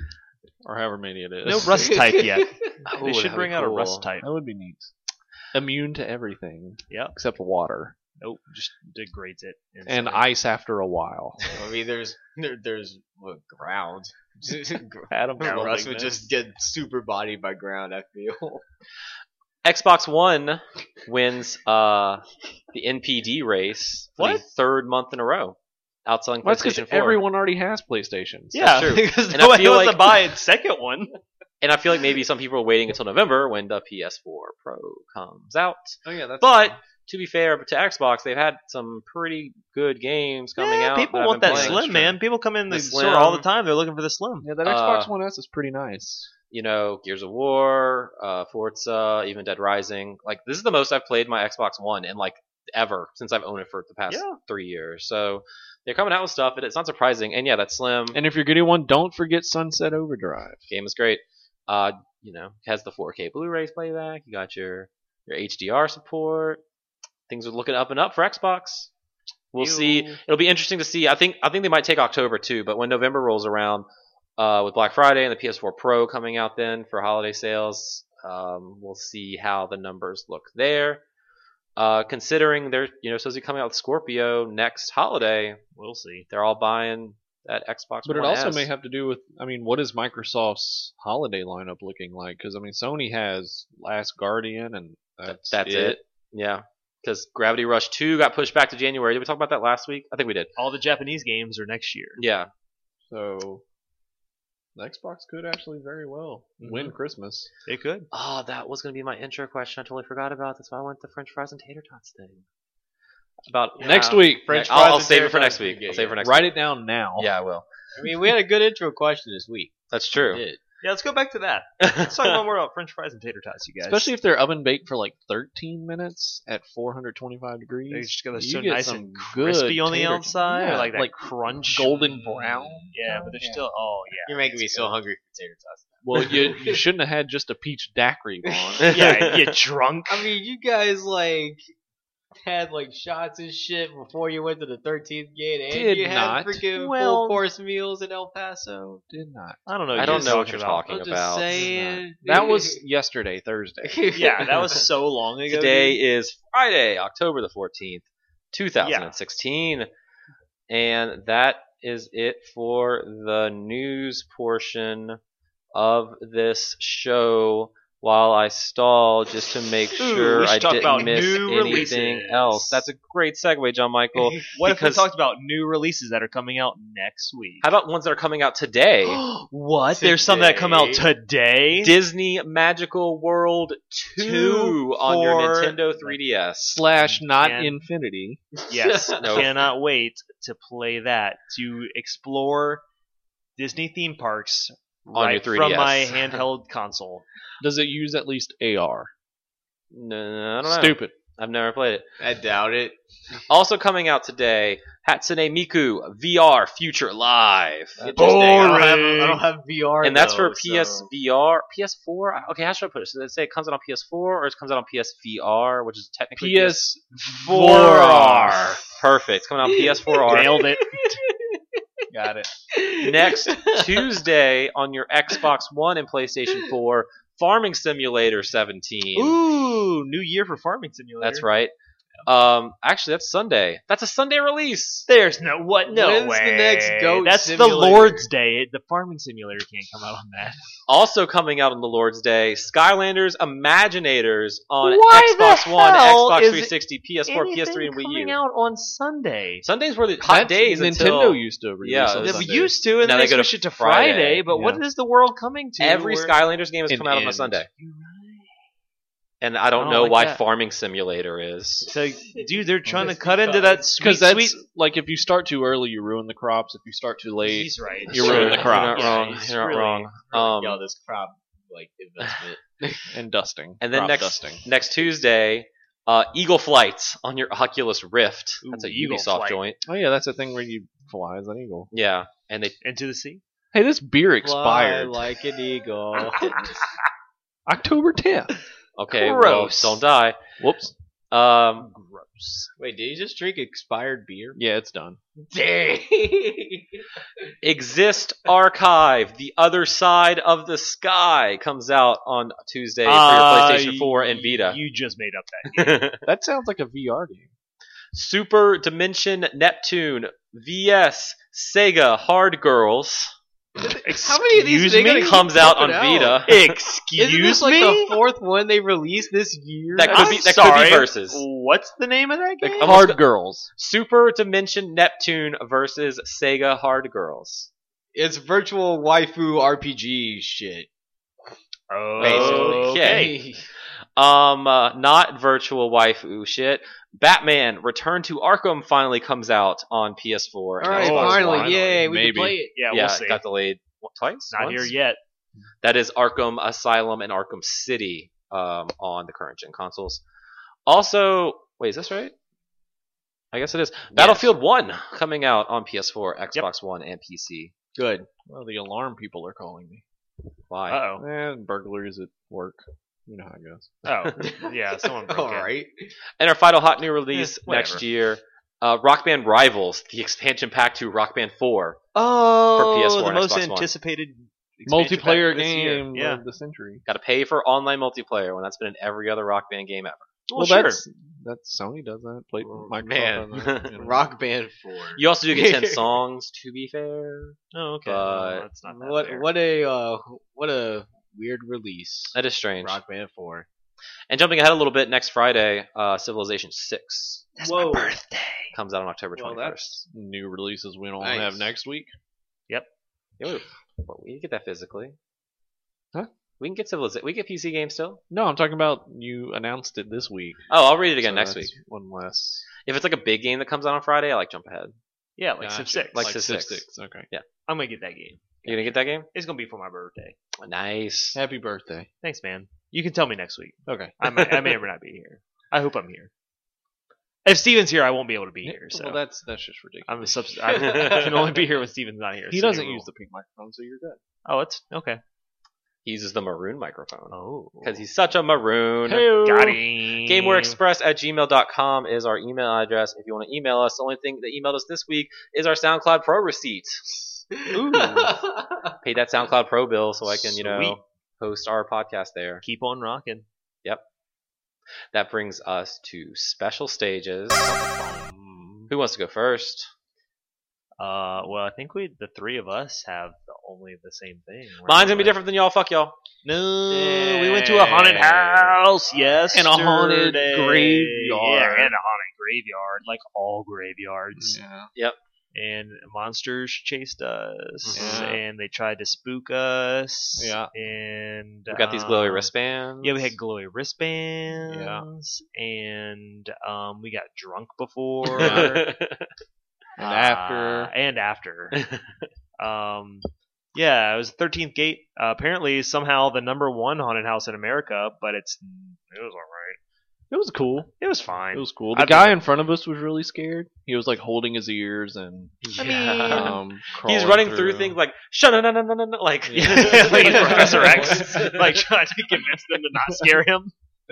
Speaker 3: or however many it is.
Speaker 2: No rust type yet.
Speaker 1: oh,
Speaker 2: they
Speaker 1: that'd
Speaker 2: should
Speaker 1: be
Speaker 2: bring out a
Speaker 1: cool.
Speaker 2: rust type.
Speaker 3: That would be neat. Immune to everything.
Speaker 2: Yep.
Speaker 3: Except water
Speaker 2: Nope, just degrades it.
Speaker 3: and
Speaker 2: instantly.
Speaker 3: ice after a while.
Speaker 4: I mean, there's there, there's what, ground.
Speaker 3: Adam
Speaker 4: Russ would just get super bodied by ground. I feel.
Speaker 1: Xbox One wins uh, the NPD race for the
Speaker 2: What?
Speaker 1: third month in a row, outselling
Speaker 3: Well, that's because
Speaker 1: PlayStation 4.
Speaker 3: everyone already has PlayStations.
Speaker 2: Yeah,
Speaker 1: true.
Speaker 2: because
Speaker 1: And
Speaker 2: no
Speaker 1: I
Speaker 2: one
Speaker 1: feel
Speaker 2: wants
Speaker 1: like-
Speaker 2: to buy its second one.
Speaker 1: And I feel like maybe some people are waiting until November when the PS4 Pro comes out.
Speaker 3: Oh yeah, that's
Speaker 1: But to be fair to Xbox, they've had some pretty good games coming
Speaker 2: yeah,
Speaker 1: out.
Speaker 2: people
Speaker 1: I've
Speaker 2: want
Speaker 1: been
Speaker 2: that
Speaker 1: playing.
Speaker 2: slim, man. People come in
Speaker 1: The
Speaker 2: the, store all the
Speaker 1: slim.
Speaker 2: time. They're looking for the slim.
Speaker 3: yeah, that
Speaker 1: Uh,
Speaker 3: Xbox One S is pretty nice.
Speaker 1: You know, Gears of War, uh, Forza, even Dead Rising. Like this is the most I've played my Xbox One in like ever since I've owned it for the past
Speaker 2: Yeah.
Speaker 1: three years. So they're coming out with stuff, and it's not surprising. And yeah, that slim
Speaker 3: And if you're getting one, don't forget Sunset Overdrive.
Speaker 1: game is great. Uh, you know, has the 4K Blu-rays playback. You got your your HDR support. Things are looking up and up for Xbox. We'll see. It'll be interesting to see. I think I think they might take October too, but when November rolls around, uh, with Black Friday and the PS4 Pro coming out then for holiday sales, um, we'll see how the numbers look there. Uh, considering they're you know supposed to be coming out with Scorpio next holiday,
Speaker 2: We'll see.
Speaker 1: they're all buying that Xbox.
Speaker 3: But it
Speaker 1: One
Speaker 3: also
Speaker 1: S.
Speaker 3: may have to do with, I mean, what is Microsoft's holiday lineup looking like? Because I mean, Sony has Last Guardian, and that's,
Speaker 1: That's it. Yeah. Because Gravity Rush 2 got pushed back to January. Did we talk about that last week? I think we did.
Speaker 2: All the Japanese games are next year.
Speaker 1: Yeah.
Speaker 3: So the Xbox could actually very well
Speaker 1: Mm-hmm.
Speaker 3: win Christmas.
Speaker 2: They could.
Speaker 1: Oh, that was going to be my intro question. I totally forgot about. That's why I went the French fries and tater tots thing. About
Speaker 4: Yeah.
Speaker 3: Next week,
Speaker 4: French
Speaker 1: I'll- I'll
Speaker 4: fries and
Speaker 1: save it for
Speaker 4: tater
Speaker 1: next
Speaker 4: tots would be
Speaker 1: week.
Speaker 4: good,
Speaker 1: I'll save it for
Speaker 4: yeah.
Speaker 1: next
Speaker 3: write it down now.
Speaker 1: Yeah, I will.
Speaker 4: I mean, we had a good intro question this week.
Speaker 1: That's true.
Speaker 4: We did.
Speaker 2: Yeah, let's go back to that. Let's talk one more about French fries and tater tots, you guys.
Speaker 3: Especially if they're oven baked for like 13 minutes at 425 degrees.
Speaker 2: They just got
Speaker 3: You
Speaker 2: so
Speaker 3: get
Speaker 2: nice
Speaker 3: some
Speaker 2: and
Speaker 3: good
Speaker 2: crispy on the
Speaker 3: tater-
Speaker 2: outside,
Speaker 3: yeah,
Speaker 2: or like that
Speaker 3: like
Speaker 2: crunch,
Speaker 3: golden brown.
Speaker 2: Yeah, but they're
Speaker 4: Yeah.
Speaker 2: still. Oh yeah.
Speaker 4: You're making me so hungry for tater tots.
Speaker 3: Well, you, you shouldn't have had just a peach daiquiri. Vaughn.
Speaker 2: yeah, you drunk.
Speaker 4: I mean, you guys like had like shots and shit before you went to the 13th gate, and
Speaker 3: Did
Speaker 4: you
Speaker 3: not.
Speaker 4: had freaking
Speaker 2: Well-
Speaker 4: full course meals in El Paso.
Speaker 3: Did not.
Speaker 2: I don't know.
Speaker 1: I don't know what you're
Speaker 2: about.
Speaker 1: talking
Speaker 4: I'm just
Speaker 1: about.
Speaker 4: saying.
Speaker 3: That was yesterday, Thursday.
Speaker 2: Yeah, that was so long ago.
Speaker 1: Today is Friday, October the 14th, 2016. And that is it for the news portion of this show. while I stall just to make
Speaker 2: Ooh, we
Speaker 1: sure
Speaker 2: should
Speaker 1: I
Speaker 2: talk about
Speaker 1: didn't miss
Speaker 2: new
Speaker 1: anything
Speaker 2: releases.
Speaker 1: else. That's a great segue, John Michael.
Speaker 2: What
Speaker 1: because-
Speaker 2: if we talked about new releases that are coming out next week?
Speaker 1: How about ones that are coming out today?
Speaker 2: what? There's some that come out
Speaker 4: Today.
Speaker 2: today.
Speaker 1: Disney Magical World 2,
Speaker 2: Two
Speaker 1: on your
Speaker 2: for-
Speaker 1: Nintendo 3DS.
Speaker 3: Slash not
Speaker 2: Yeah.
Speaker 3: infinity.
Speaker 2: yes,
Speaker 1: No.
Speaker 2: cannot wait to play that to explore Disney theme parks
Speaker 1: your
Speaker 2: right
Speaker 1: 3DS.
Speaker 2: from my handheld console.
Speaker 3: Does it use at least AR?
Speaker 1: No, no, I don't know.
Speaker 3: Stupid.
Speaker 1: I've never played it.
Speaker 4: I doubt it.
Speaker 1: Also coming out today, Hatsune Miku VR Future Live.
Speaker 4: Interesting. I don't have,
Speaker 2: Boring.
Speaker 4: I don't have VR.
Speaker 1: and that's for
Speaker 4: though, so-
Speaker 1: PSVR, PS4. Okay, how should I put it? So they say it comes out on PS4 or it comes out on PSVR, which is technically
Speaker 3: PS
Speaker 1: PS4R. Perfect. It's coming out on PS4R
Speaker 2: Nailed it.
Speaker 4: Got it.
Speaker 1: next Tuesday on your Xbox One and PlayStation 4. Farming Simulator 17.
Speaker 2: Ooh, new year for Farming Simulator.
Speaker 1: That's right. Um, actually, that's Sunday. That's a Sunday release.
Speaker 2: There's no what no
Speaker 4: When's the
Speaker 2: way.
Speaker 4: next Goat
Speaker 2: That's the
Speaker 4: Simulator?
Speaker 2: Lord's Day. The Farming Simulator can't come out on that.
Speaker 1: Also coming out on the Lord's Day, Skylanders Imaginators on
Speaker 2: Why the
Speaker 1: Xbox One,
Speaker 2: hell
Speaker 1: Xbox
Speaker 2: is
Speaker 1: 360, PS4,
Speaker 2: Anything
Speaker 1: PS3, and Wii
Speaker 2: coming
Speaker 1: U.
Speaker 2: out on Sunday.
Speaker 1: Sundays were the
Speaker 3: That's-
Speaker 1: hot days
Speaker 3: Nintendo
Speaker 1: until
Speaker 3: used to release
Speaker 1: Yeah,
Speaker 3: on
Speaker 1: it was
Speaker 2: They
Speaker 3: Sundays.
Speaker 2: used to, and
Speaker 1: Now
Speaker 2: then
Speaker 1: they
Speaker 2: they
Speaker 1: go to
Speaker 2: switched it to
Speaker 1: Friday.
Speaker 2: Friday. but what is the world coming to?
Speaker 1: every
Speaker 2: where-
Speaker 1: Skylanders game has
Speaker 3: It
Speaker 1: come out on a
Speaker 3: ends.
Speaker 1: Sunday.
Speaker 2: You're right.
Speaker 1: And I don't,
Speaker 2: I don't
Speaker 1: know
Speaker 2: like
Speaker 1: why
Speaker 2: that.
Speaker 1: Farming Simulator is.
Speaker 2: So, dude, they're trying to
Speaker 4: Just
Speaker 2: cut into that sweet,
Speaker 3: because that's
Speaker 2: sweet.
Speaker 3: like if you start too early, you ruin the crops. If you start too late,
Speaker 2: He's right.
Speaker 3: you ruin the crop.
Speaker 1: You're not
Speaker 2: Yeah,
Speaker 1: wrong.
Speaker 2: he's
Speaker 1: You're not
Speaker 2: really-
Speaker 1: wrong.
Speaker 4: Um,
Speaker 1: Um,
Speaker 4: this crop like investment.
Speaker 3: and dusting,
Speaker 1: and then
Speaker 3: crop
Speaker 1: next
Speaker 3: dusting.
Speaker 1: next Tuesday, uh, Eagle Flight on your Oculus Rift.
Speaker 2: Ooh,
Speaker 1: That's a
Speaker 2: Eagle
Speaker 1: Ubisoft
Speaker 2: Flight.
Speaker 1: joint.
Speaker 3: Oh yeah, that's a thing where you fly as an eagle.
Speaker 1: Yeah, and they
Speaker 2: Into the sea.
Speaker 3: Hey, this beer expired
Speaker 4: like an eagle.
Speaker 3: October 10th.
Speaker 1: okay, well,
Speaker 2: Gross.
Speaker 1: don't die.
Speaker 3: Whoops.
Speaker 1: Um,
Speaker 2: Gross.
Speaker 4: Wait, did you just drink expired beer?
Speaker 3: Yeah, it's done.
Speaker 4: Dang.
Speaker 1: Exist Archive: The Other Side of the Sky comes out on Tuesday for your
Speaker 2: Uh,
Speaker 1: PlayStation 4 and Vita.
Speaker 2: You just made up that.
Speaker 3: That sounds like a VR game.
Speaker 1: Super Dimension Neptune vs Sega Hard Girls
Speaker 4: How many of these
Speaker 2: Excuse
Speaker 4: they
Speaker 2: me?
Speaker 4: gonna keep
Speaker 1: comes out on
Speaker 4: pumping
Speaker 1: Vita.
Speaker 2: Excuse
Speaker 4: Isn't this like
Speaker 2: me.
Speaker 4: the fourth one they released this year?
Speaker 1: That could
Speaker 2: I'm
Speaker 1: be that could
Speaker 2: sorry.
Speaker 1: be versus
Speaker 2: What's the name of that game?
Speaker 1: almost
Speaker 3: Hard
Speaker 1: got-
Speaker 3: girls.
Speaker 1: Super Dimension Neptune versus Sega Hard Girls.
Speaker 4: It's virtual waifu RPG shit.
Speaker 2: Oh,
Speaker 1: Basically, Um, uh, not virtual waifu shit. Batman: Return to Arkham finally comes out on PS4. and
Speaker 4: All right,
Speaker 1: Xbox
Speaker 2: Oh,
Speaker 4: finally,
Speaker 1: One.
Speaker 2: yeah,
Speaker 4: yay, we
Speaker 3: maybe.
Speaker 4: can play it.
Speaker 2: Yeah,
Speaker 1: yeah,
Speaker 2: we'll see.
Speaker 1: it got delayed what, twice.
Speaker 2: Not
Speaker 1: Once?
Speaker 2: here yet.
Speaker 1: That is Arkham Asylum and Arkham City um, on the current gen consoles. Also, wait, is this right? I guess it is. Battlefield 1 coming out on PS4, Xbox One, and PC.
Speaker 4: Good.
Speaker 3: Well, the alarm people are calling me.
Speaker 1: Why?
Speaker 2: Uh oh.
Speaker 3: And burglaries at work. You know how it goes.
Speaker 2: Oh, yeah. Someone broke
Speaker 4: All
Speaker 2: it.
Speaker 4: right.
Speaker 1: And our final hot new release
Speaker 2: Eh, whatever.
Speaker 1: next year uh, Rock Band Rivals, the expansion pack to Rock Band 4.
Speaker 2: Oh,
Speaker 1: PS4
Speaker 2: the
Speaker 1: and
Speaker 2: most
Speaker 1: Xbox One.
Speaker 2: anticipated expansion pack
Speaker 3: Multiplayer
Speaker 2: this year.
Speaker 3: game
Speaker 2: Yeah.
Speaker 3: of the century.
Speaker 1: Got to pay for online multiplayer when that's been in every other Rock Band game ever.
Speaker 2: Well, sure.
Speaker 3: that's that's Sony does that. Play
Speaker 1: Oh,
Speaker 3: Microsoft
Speaker 1: man.
Speaker 3: does that, you know.
Speaker 4: Rock Band 4.
Speaker 1: You also do get 10 songs, to be fair.
Speaker 2: Oh, okay.
Speaker 1: But-
Speaker 2: Well, that's not that
Speaker 4: What
Speaker 2: fair.
Speaker 4: what a uh, what a weird release.
Speaker 1: That is strange.
Speaker 4: Rock Band 4.
Speaker 1: And jumping ahead a little bit, next Friday, uh, Civilization 6
Speaker 2: That's
Speaker 4: Whoa.
Speaker 2: my birthday.
Speaker 1: comes out on October 21st.
Speaker 3: Well, that's new releases we don't
Speaker 4: Nice.
Speaker 3: have next week.
Speaker 1: Yeah, we, well, we can get that physically.
Speaker 3: Huh?
Speaker 1: We can get Civilization. We get PC games still.
Speaker 3: No, I'm talking about you announced it this week.
Speaker 1: Oh, I'll read it again
Speaker 3: so
Speaker 1: next week.
Speaker 3: that's One less.
Speaker 1: If it's like a big game that comes out on Friday, I like jump ahead.
Speaker 2: Yeah, like
Speaker 3: Gotcha.
Speaker 2: Civ Six.
Speaker 1: Like
Speaker 2: Like
Speaker 1: Civ
Speaker 3: Civ
Speaker 1: Six.
Speaker 3: Six, Okay.
Speaker 2: I'm gonna get that game.
Speaker 1: You gonna get that game?
Speaker 2: It's gonna be for my birthday.
Speaker 1: Nice.
Speaker 3: Happy birthday.
Speaker 2: Thanks, man. You can tell me next week.
Speaker 3: Okay.
Speaker 2: I may, I may or may not be here. I hope I'm here. If Steven's here, I won't be able to be here. So
Speaker 3: Well, that's that's just ridiculous.
Speaker 2: I'm a subs- I can only be here when Steven's not here.
Speaker 3: He
Speaker 2: so
Speaker 3: doesn't
Speaker 2: you're-
Speaker 3: use the pink microphone, so you're good.
Speaker 2: Oh, it's okay.
Speaker 1: He uses the maroon microphone
Speaker 2: Oh,
Speaker 1: because he's such a maroon.
Speaker 2: got him.
Speaker 1: GamewareExpress at gmail.com is our email address. If you want to email us, the only thing that emailed us this week is our SoundCloud Pro receipt.
Speaker 4: Ooh.
Speaker 1: Paid that SoundCloud Pro bill so I can, you know,
Speaker 2: Sweet.
Speaker 1: host our podcast there.
Speaker 2: Keep on rocking.
Speaker 1: That brings us to special stages. Who wants to go first?
Speaker 2: Mm. Uh, well, I think we, the three of us, have the, only the same thing. We're
Speaker 1: Mine's gonna be
Speaker 2: not-
Speaker 1: different than y'all. Fuck y'all.
Speaker 2: No, we went to a haunted house. Yes,
Speaker 3: And a haunted
Speaker 2: Yeah,
Speaker 3: graveyard.
Speaker 2: and a haunted graveyard, like all graveyards.
Speaker 3: Yeah.
Speaker 2: And monsters chased us,
Speaker 3: Yeah.
Speaker 2: and they tried to spook us.
Speaker 3: Yeah.
Speaker 2: and
Speaker 1: We got these glowy
Speaker 2: um,
Speaker 1: wristbands.
Speaker 2: Yeah, we had glowy wristbands, and um, we got drunk before,
Speaker 3: Yeah.
Speaker 2: uh,
Speaker 3: And after.
Speaker 2: and after. um, yeah, it was Thirteenth Gate. Uh, apparently, somehow the number one haunted house in America, but it's it was all right.
Speaker 3: It was cool.
Speaker 2: It was fine.
Speaker 3: It was cool. The
Speaker 2: I've
Speaker 3: guy in front of us was really scared. He was like holding his ears and
Speaker 2: I
Speaker 1: Yeah.
Speaker 3: um, crawling
Speaker 1: He's running through, things like shut no no no no no no like
Speaker 2: Yeah, like Professor X, like trying to convince them to not scare him.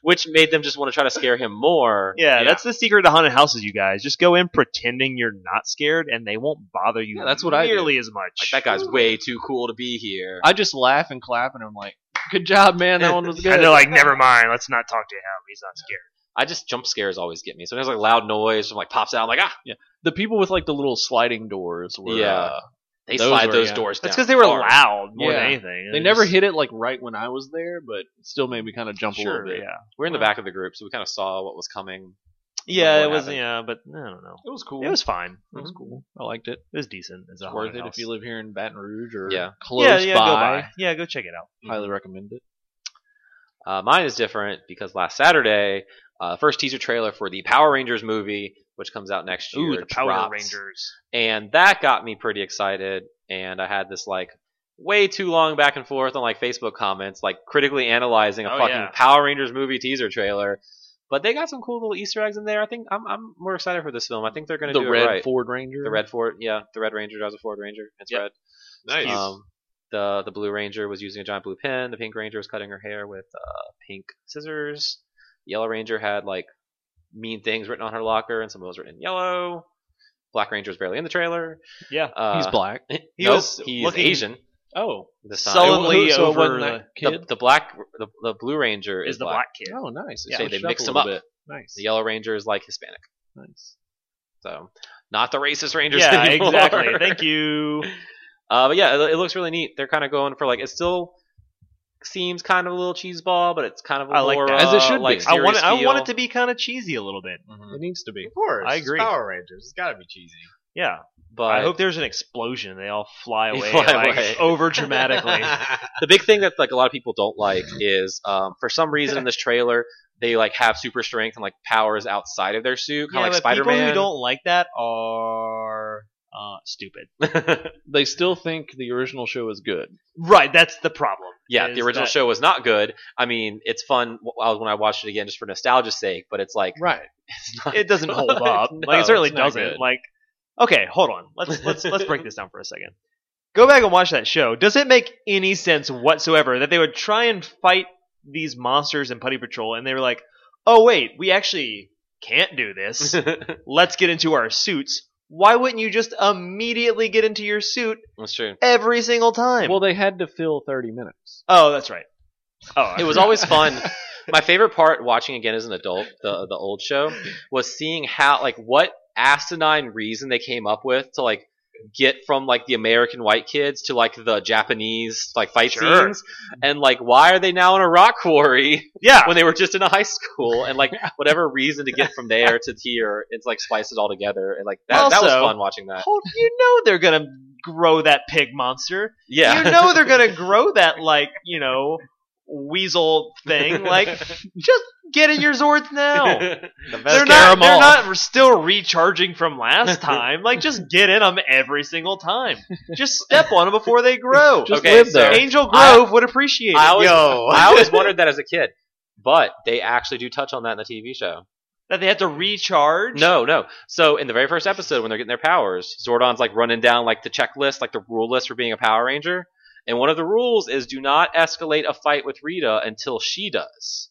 Speaker 1: which made them just want to try to scare him more.
Speaker 2: Yeah, that's the secret to haunted houses, you guys. Just go in pretending you're not scared, and they won't bother you.
Speaker 3: Yeah, that's what I do.
Speaker 2: nearly as much.
Speaker 1: Like, that guy's way too cool to be here.
Speaker 3: I just laugh and clap, and I'm like, "Good job, man! That one was good."
Speaker 2: And they're like, never mind. Let's not talk to him. He's not scared.
Speaker 1: I just jump scares always get me. So there's like loud noise, from like pops out. I'm like ah,
Speaker 3: the people with like the little sliding doors were.
Speaker 1: Yeah.
Speaker 3: uh,
Speaker 1: they
Speaker 3: Those
Speaker 1: slide
Speaker 3: were,
Speaker 1: those
Speaker 3: yeah.
Speaker 1: doors. down
Speaker 2: That's because they were
Speaker 1: hard.
Speaker 2: loud more than
Speaker 3: Yeah.
Speaker 2: anything.
Speaker 3: they
Speaker 2: It
Speaker 3: never
Speaker 2: was-
Speaker 3: hit it like right when I was there, but it still made me kind of jump a
Speaker 2: Sure,
Speaker 3: little bit.
Speaker 2: yeah.
Speaker 1: We're in the back of the group, so we kind of saw what was coming.
Speaker 2: Yeah,
Speaker 1: What
Speaker 2: it was.
Speaker 1: happened?
Speaker 2: Yeah, but I don't know.
Speaker 3: It was cool.
Speaker 2: It was Mhm. fine.
Speaker 3: It was cool. I liked it.
Speaker 2: It was decent. It's a
Speaker 3: It's worth
Speaker 2: haunted
Speaker 3: it
Speaker 2: house.
Speaker 3: if you live here in Baton Rouge or
Speaker 1: Yeah.
Speaker 3: close
Speaker 2: yeah, yeah,
Speaker 3: by.
Speaker 2: Go by. Yeah, go check it out.
Speaker 3: Highly recommend it.
Speaker 1: Uh, mine is different because last Saturday, uh, first teaser trailer for the Power Rangers movie, which comes out next year,
Speaker 2: Ooh, the Power
Speaker 1: dropped.
Speaker 2: Rangers.
Speaker 1: and that got me pretty excited. And I had this like way too long back and forth on like Facebook comments, like critically analyzing a
Speaker 2: Oh,
Speaker 1: fucking
Speaker 2: yeah.
Speaker 1: Power Rangers movie teaser trailer. But they got some cool little Easter eggs in there. I think I'm, I'm more excited for this film. I think they're going to
Speaker 3: The
Speaker 1: do
Speaker 3: Red
Speaker 1: it right.
Speaker 3: Ford Ranger.
Speaker 1: the Red Ford, yeah, the Red Ranger drives a Ford Ranger. It's
Speaker 2: Yep.
Speaker 1: red.
Speaker 3: Nice.
Speaker 1: Um, the the blue ranger was using a giant blue pen. The pink ranger was cutting her hair with uh, pink scissors. The yellow ranger had like mean things written on her locker, and some of those written in yellow. Black ranger was barely in the trailer.
Speaker 2: Yeah,
Speaker 1: Uh,
Speaker 3: He's black.
Speaker 1: He
Speaker 2: was
Speaker 1: he's
Speaker 2: looking
Speaker 1: Asian
Speaker 3: Oh,
Speaker 1: this time.
Speaker 2: sullenly
Speaker 3: So it
Speaker 2: over
Speaker 3: wasn't
Speaker 2: the,
Speaker 3: that
Speaker 1: the,
Speaker 3: kid.
Speaker 1: the black the, the blue ranger is,
Speaker 2: is the
Speaker 1: black.
Speaker 2: black kid.
Speaker 3: oh, nice. It
Speaker 2: Yeah.
Speaker 1: They-
Speaker 3: switched
Speaker 1: they
Speaker 3: a
Speaker 1: mix 'em
Speaker 3: little Bit.
Speaker 1: up.
Speaker 3: Nice.
Speaker 1: The yellow ranger is like Hispanic.
Speaker 3: Nice.
Speaker 1: So not the racist rangers
Speaker 2: Yeah,
Speaker 1: anymore.
Speaker 2: exactly. Thank you.
Speaker 1: Uh, but yeah, it, it looks really neat. They're kind of going for like it still seems kind of a little cheese ball, but it's kind of a
Speaker 2: I like
Speaker 1: more,
Speaker 2: that.
Speaker 1: uh,
Speaker 3: As it should be.
Speaker 1: like,
Speaker 2: I want it,
Speaker 1: serious
Speaker 2: I want
Speaker 1: feel. Mm-hmm.
Speaker 2: it to be kind of cheesy a little bit.
Speaker 3: It needs to be.
Speaker 4: Of course,
Speaker 2: I
Speaker 4: it's
Speaker 2: agree.
Speaker 4: Power Rangers. It's got to be cheesy.
Speaker 2: Yeah,
Speaker 1: But
Speaker 2: I hope there's an explosion. They all fly
Speaker 1: They
Speaker 2: away,
Speaker 1: fly
Speaker 2: like,
Speaker 1: away.
Speaker 2: over dramatically.
Speaker 1: the big thing that like a lot of people don't like is um, for some reason in this trailer they like have super strength and like powers outside of their suit, kind of like
Speaker 2: but
Speaker 1: Spider Man.
Speaker 2: People who don't like that are uh, stupid.
Speaker 3: They still think the original show is good.
Speaker 2: Right, that's the problem.
Speaker 1: yeah,
Speaker 2: is
Speaker 1: the original
Speaker 2: that-
Speaker 1: show was not good. I mean, it's fun w- I- when I watched it again just for nostalgia's sake, but it's like
Speaker 3: Right.
Speaker 1: it's not.
Speaker 2: It doesn't hold up.
Speaker 1: No,
Speaker 2: like it certainly
Speaker 3: it's not
Speaker 2: doesn't.
Speaker 3: good.
Speaker 2: Like, okay, hold on. Let's let's let's break this down for a second. Go back and watch that show. Does it make any sense whatsoever that they would try and fight these monsters in Putty Patrol and they were like, oh wait, we actually can't do this. Let's get into our suits. Why wouldn't you just immediately get into your suit
Speaker 1: That's true.
Speaker 2: every single time?
Speaker 3: Well, they had to fill 30 minutes.
Speaker 2: oh, that's right. Oh,
Speaker 1: It was always fun. My favorite part watching again as an adult the the old show was seeing how like what asinine reason they came up with to like get from like the American white kids to like the Japanese like fight
Speaker 2: Sure.
Speaker 1: scenes and like why are they now in a rock quarry
Speaker 2: yeah.
Speaker 1: when they were just in a high school and like whatever reason to get from there to here it's like splice it all together and like that, that was
Speaker 2: Also-
Speaker 1: fun watching that
Speaker 2: Hold, you know they're gonna grow that pig monster.
Speaker 1: yeah
Speaker 2: You know they're gonna grow that like you know weasel thing. Like just get in your Zords now.
Speaker 4: The best
Speaker 2: They're
Speaker 4: Scare
Speaker 2: not.
Speaker 4: 'em
Speaker 2: They're
Speaker 4: all.
Speaker 2: not still recharging from last time. Like just get in them every single time. Just step on them before they grow.
Speaker 3: Just
Speaker 1: Okay,
Speaker 3: live
Speaker 1: so-
Speaker 3: there.
Speaker 2: Angel Grove would appreciate it.
Speaker 1: I always,
Speaker 4: Yo.
Speaker 1: I always wondered that as a kid but they actually do touch on that in the TV show
Speaker 2: that they have to recharge.
Speaker 1: No, no. So in the very first episode, when they're getting their powers, Zordon's like running down like the checklist, like the rule list for being a Power Ranger. And one of the rules is do not escalate a fight with Rita until she does.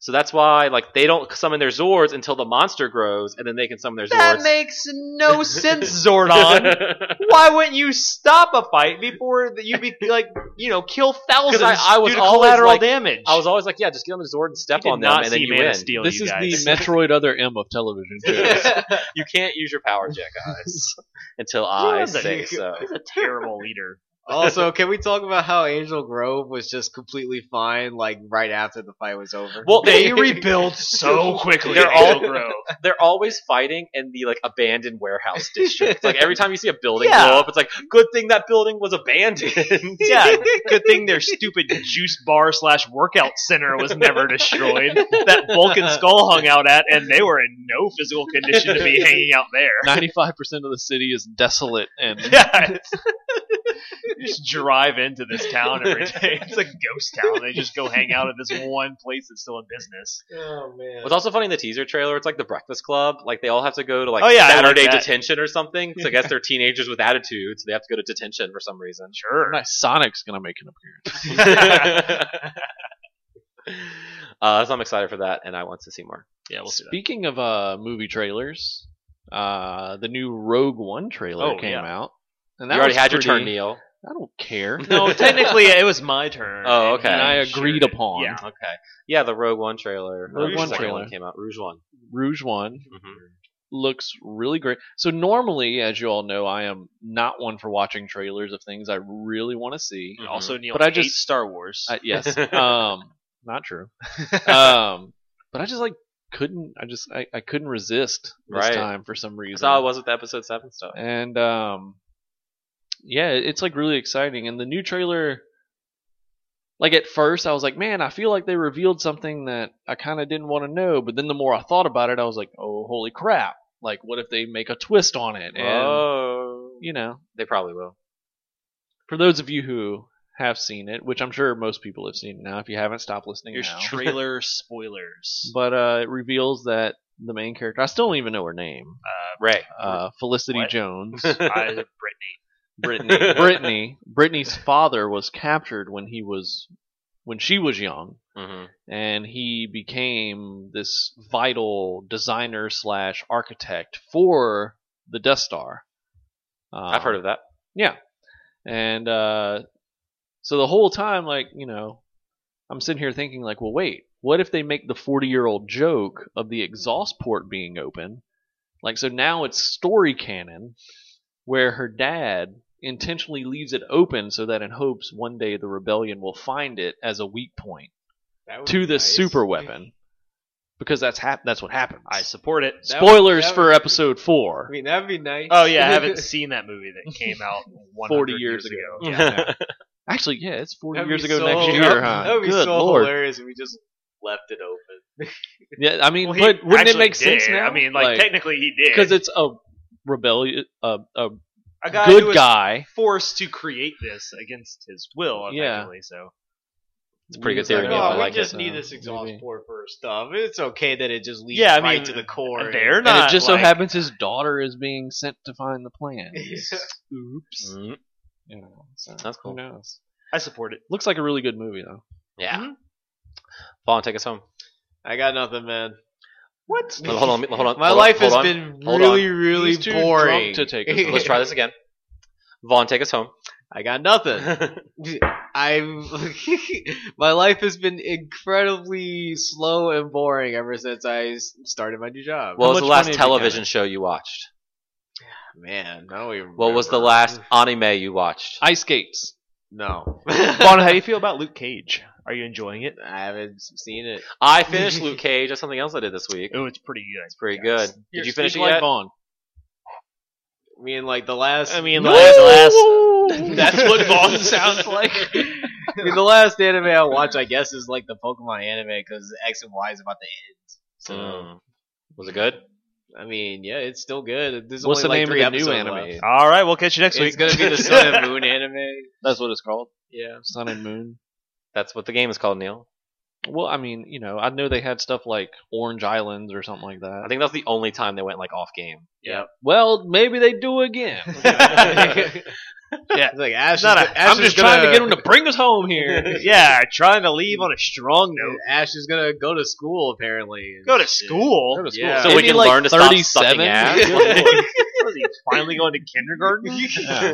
Speaker 1: So that's why like they don't summon their Zords until the monster grows, and then they can summon their
Speaker 4: That
Speaker 1: Zords.
Speaker 4: makes no sense, Zordon. Why wouldn't you stop a fight before that you be like you know kill thousands
Speaker 1: I- I was
Speaker 4: due to
Speaker 1: always
Speaker 4: collateral
Speaker 1: like-
Speaker 4: damage?
Speaker 1: I was always like, yeah, just get on the Zord and
Speaker 2: I
Speaker 1: step
Speaker 2: did
Speaker 1: on them,
Speaker 2: not
Speaker 1: and then
Speaker 2: see
Speaker 1: you
Speaker 2: Man
Speaker 1: win.
Speaker 2: of Steel.
Speaker 3: This
Speaker 2: you
Speaker 3: is
Speaker 2: guys.
Speaker 3: the Metroid Other M of television. Too.
Speaker 1: You can't use your power, Jack Eyes, until I
Speaker 2: was a-
Speaker 1: say so.
Speaker 2: He's a terrible leader.
Speaker 4: also, can we talk about how Angel Grove was just completely fine like right after the fight was over?
Speaker 1: Well,
Speaker 2: They rebuild so quickly.
Speaker 1: They're
Speaker 2: They're
Speaker 1: all-
Speaker 2: all grow.
Speaker 1: They're always fighting in the like abandoned warehouse district. like every time you see a building
Speaker 2: Yeah.
Speaker 1: blow up, it's like, good thing that building was abandoned.
Speaker 2: Yeah, good thing their stupid juice bar slash workout center was never destroyed. That Bulk and Skull hung out at, and they were in no physical condition to be hanging out there.
Speaker 3: Ninety-five percent of the city is desolate and
Speaker 2: Yeah, it's- you just drive into this town every day. It's a ghost town. They just go hang out at this one place that's still in business.
Speaker 4: oh man.
Speaker 1: What's also funny in the teaser trailer, it's like the Breakfast Club. Like they all have to go to like
Speaker 2: Oh, yeah, I like
Speaker 1: Saturday
Speaker 2: that.
Speaker 1: detention or something. So I guess they're teenagers with attitudes. they have to go to detention for some reason.
Speaker 2: Sure.
Speaker 3: Nice. Sonic's gonna make an appearance.
Speaker 1: uh, so I'm excited for that, and I want to see more.
Speaker 2: Yeah, we'll see that.
Speaker 3: Speaking of uh, movie trailers, uh, the new Rogue One trailer
Speaker 2: Oh,
Speaker 3: came
Speaker 2: yeah.
Speaker 3: out, and
Speaker 1: you already
Speaker 3: was
Speaker 1: had your
Speaker 3: pretty-
Speaker 1: turn, Neil.
Speaker 3: I don't care.
Speaker 2: No, technically it was my turn.
Speaker 1: Oh, okay.
Speaker 2: he
Speaker 1: And
Speaker 3: I
Speaker 2: sure
Speaker 3: agreed
Speaker 2: did.
Speaker 3: upon.
Speaker 2: Yeah.
Speaker 1: Okay. Yeah, the Rogue One trailer.
Speaker 3: Rogue
Speaker 1: Rogue
Speaker 2: One
Speaker 1: One trailer
Speaker 3: trailer.
Speaker 1: came out. Rouge One.
Speaker 3: Rouge One
Speaker 1: Mm-hmm.
Speaker 3: looks really great. So normally, as you all know, I am not one for watching trailers of things I really want to see.
Speaker 1: Mhm.
Speaker 2: Also, Neil
Speaker 3: But I
Speaker 2: hates
Speaker 3: just-
Speaker 2: Star Wars.
Speaker 3: I, yes. Um, not true. Um, but I just like couldn't. I just I, I couldn't resist this
Speaker 1: Right.
Speaker 3: time for some
Speaker 1: That's
Speaker 3: reason.
Speaker 1: how it was with the episode seven stuff.
Speaker 3: and um yeah it's like really exciting and the new trailer like at first i was like man i feel like they revealed something that i kind of didn't want to know but then the more i thought about it i was like oh holy crap like what if they make a twist on it and
Speaker 1: oh,
Speaker 3: you know
Speaker 1: they probably will.
Speaker 3: for those of you who have seen it which i'm sure most people have seen it now if you haven't stop listening
Speaker 2: There's
Speaker 3: now.
Speaker 2: trailer spoilers.
Speaker 3: but uh it reveals that the main character i still don't even know her name
Speaker 1: Ray.
Speaker 3: uh felicity
Speaker 2: What?
Speaker 3: jones
Speaker 2: I, Uh, Brittany.
Speaker 3: Brittany. Brittany. Brittany's father was captured when he was when she was young,
Speaker 1: hmm
Speaker 3: and he became this vital designer slash architect for the Death Star. Um,
Speaker 1: I've heard of that.
Speaker 3: And uh, so the whole time, like you know, I'm sitting here thinking, like, well, wait, what if they make the 40 year old joke of the exhaust port being open? Like, so now it's story canon, where her dad intentionally leaves it open so that in hopes one day the rebellion will find it as a weak point
Speaker 4: That would
Speaker 3: to
Speaker 4: be
Speaker 3: this
Speaker 4: nice.
Speaker 3: super weapon, because that's hap- that's what happens.
Speaker 2: I support it.
Speaker 4: That would-
Speaker 3: Spoilers
Speaker 4: that
Speaker 3: for
Speaker 4: would-
Speaker 3: episode
Speaker 4: I
Speaker 3: four.
Speaker 4: mean, that'd be nice.
Speaker 2: Oh yeah, I haven't seen that movie that came out 100
Speaker 3: 40
Speaker 2: years
Speaker 3: years
Speaker 2: ago.
Speaker 3: ago.
Speaker 2: Yeah.
Speaker 3: Actually, yeah, it's 40
Speaker 4: That'd
Speaker 3: years
Speaker 4: be
Speaker 3: ago
Speaker 4: so-
Speaker 3: next
Speaker 4: Yep.
Speaker 3: year, huh?
Speaker 4: That would be
Speaker 3: Good
Speaker 4: so
Speaker 3: lord.
Speaker 4: hilarious if we just left it open.
Speaker 3: Yeah, I mean,
Speaker 2: Well, he
Speaker 3: but wouldn't it
Speaker 2: actually
Speaker 3: make
Speaker 2: did.
Speaker 3: sense now?
Speaker 2: I mean, like, technically he did.
Speaker 3: because it's a rebellion, a, a
Speaker 2: a guy who
Speaker 3: good
Speaker 2: was
Speaker 3: guy.
Speaker 2: forced to create this against his will,
Speaker 3: Yeah.
Speaker 2: effectively. So
Speaker 1: It's a pretty good
Speaker 3: He's
Speaker 1: theory,
Speaker 3: like,
Speaker 1: Neil.
Speaker 3: "Oh,
Speaker 1: I
Speaker 4: we
Speaker 1: like
Speaker 4: just
Speaker 3: it."
Speaker 4: need
Speaker 3: So,
Speaker 4: this exhaust
Speaker 3: maybe.
Speaker 4: port for stuff. It's okay that it just leads
Speaker 2: Yeah, I
Speaker 4: right
Speaker 2: mean,
Speaker 4: to the core.
Speaker 2: they're
Speaker 3: And
Speaker 2: not,
Speaker 3: it just so
Speaker 2: like-
Speaker 3: happens his daughter is being sent to find the plan. Oops.
Speaker 1: Mm,
Speaker 3: You know, so
Speaker 1: That's cool.
Speaker 3: Who knows?
Speaker 2: I support it.
Speaker 3: Looks like a really good movie though.
Speaker 1: Yeah. Vaughn, take us home.
Speaker 4: I got nothing, man.
Speaker 2: What?
Speaker 1: Hold on, hold on.
Speaker 4: My
Speaker 1: hold on,
Speaker 4: life
Speaker 1: hold
Speaker 4: has
Speaker 1: on.
Speaker 4: been
Speaker 1: hold
Speaker 4: really, really
Speaker 3: He's too
Speaker 4: boring.
Speaker 3: drunk to take us.
Speaker 1: Let's try this again. Vaughn, take us home.
Speaker 4: I got nothing.
Speaker 1: That's
Speaker 4: I'm. my life has been incredibly slow and boring ever since I s- started my new job.
Speaker 1: What
Speaker 3: How
Speaker 1: was the
Speaker 3: much
Speaker 1: last
Speaker 3: money have you
Speaker 1: television
Speaker 3: got?
Speaker 1: show you watched?
Speaker 4: man, no, we.
Speaker 1: What was the last anime you watched?
Speaker 3: Ice skates.
Speaker 4: No,
Speaker 2: Vaughn, how do you feel about Luke Cage? Are you enjoying it?
Speaker 4: I haven't s- seen it.
Speaker 1: I finished Luke Cage. That's something else I did this week.
Speaker 2: Oh, it's pretty good. It's
Speaker 1: Pretty good.
Speaker 3: Here,
Speaker 1: Did you finish it
Speaker 3: speak like
Speaker 1: yet?
Speaker 3: Vaughn.
Speaker 4: I mean, like the last.
Speaker 2: I mean,
Speaker 4: No!
Speaker 2: like the last.
Speaker 3: That's what Vaughn sounds like.
Speaker 4: I mean, the last anime I watch, I guess, is like the Pokemon anime because X and Y is about to end. So,
Speaker 1: Mm. Was it good?
Speaker 4: I mean, yeah, it's still good. There's
Speaker 3: What's the
Speaker 4: only
Speaker 3: name
Speaker 4: like three
Speaker 3: of the new
Speaker 4: episodes
Speaker 3: anime?
Speaker 4: left.
Speaker 2: All right, we'll catch you next week.
Speaker 4: It's gonna be the Sun and Moon anime.
Speaker 3: That's what it's called.
Speaker 4: Yeah.
Speaker 3: Sun and Moon.
Speaker 1: That's what the game is called, Neil.
Speaker 3: Well, I mean, you know, I know they had stuff like Orange Islands or something like that.
Speaker 1: I think that's the only time they went like off game.
Speaker 3: Well, maybe they do again.
Speaker 4: It's like Ash.
Speaker 2: Not
Speaker 4: is,
Speaker 2: a-
Speaker 4: Ash
Speaker 3: I'm
Speaker 4: is
Speaker 3: just
Speaker 4: gonna,
Speaker 3: trying to get him to bring us home here.
Speaker 2: yeah, trying to leave on a strong note.
Speaker 4: Ash is gonna go to school apparently. and
Speaker 2: Go to
Speaker 4: shit.
Speaker 2: school.
Speaker 4: Go to school.
Speaker 3: Yeah.
Speaker 1: So
Speaker 3: It'd
Speaker 1: we
Speaker 3: be
Speaker 1: can
Speaker 3: like
Speaker 1: learn to stop
Speaker 3: 37?
Speaker 1: sucking ass.
Speaker 2: What is he finally going to kindergarten?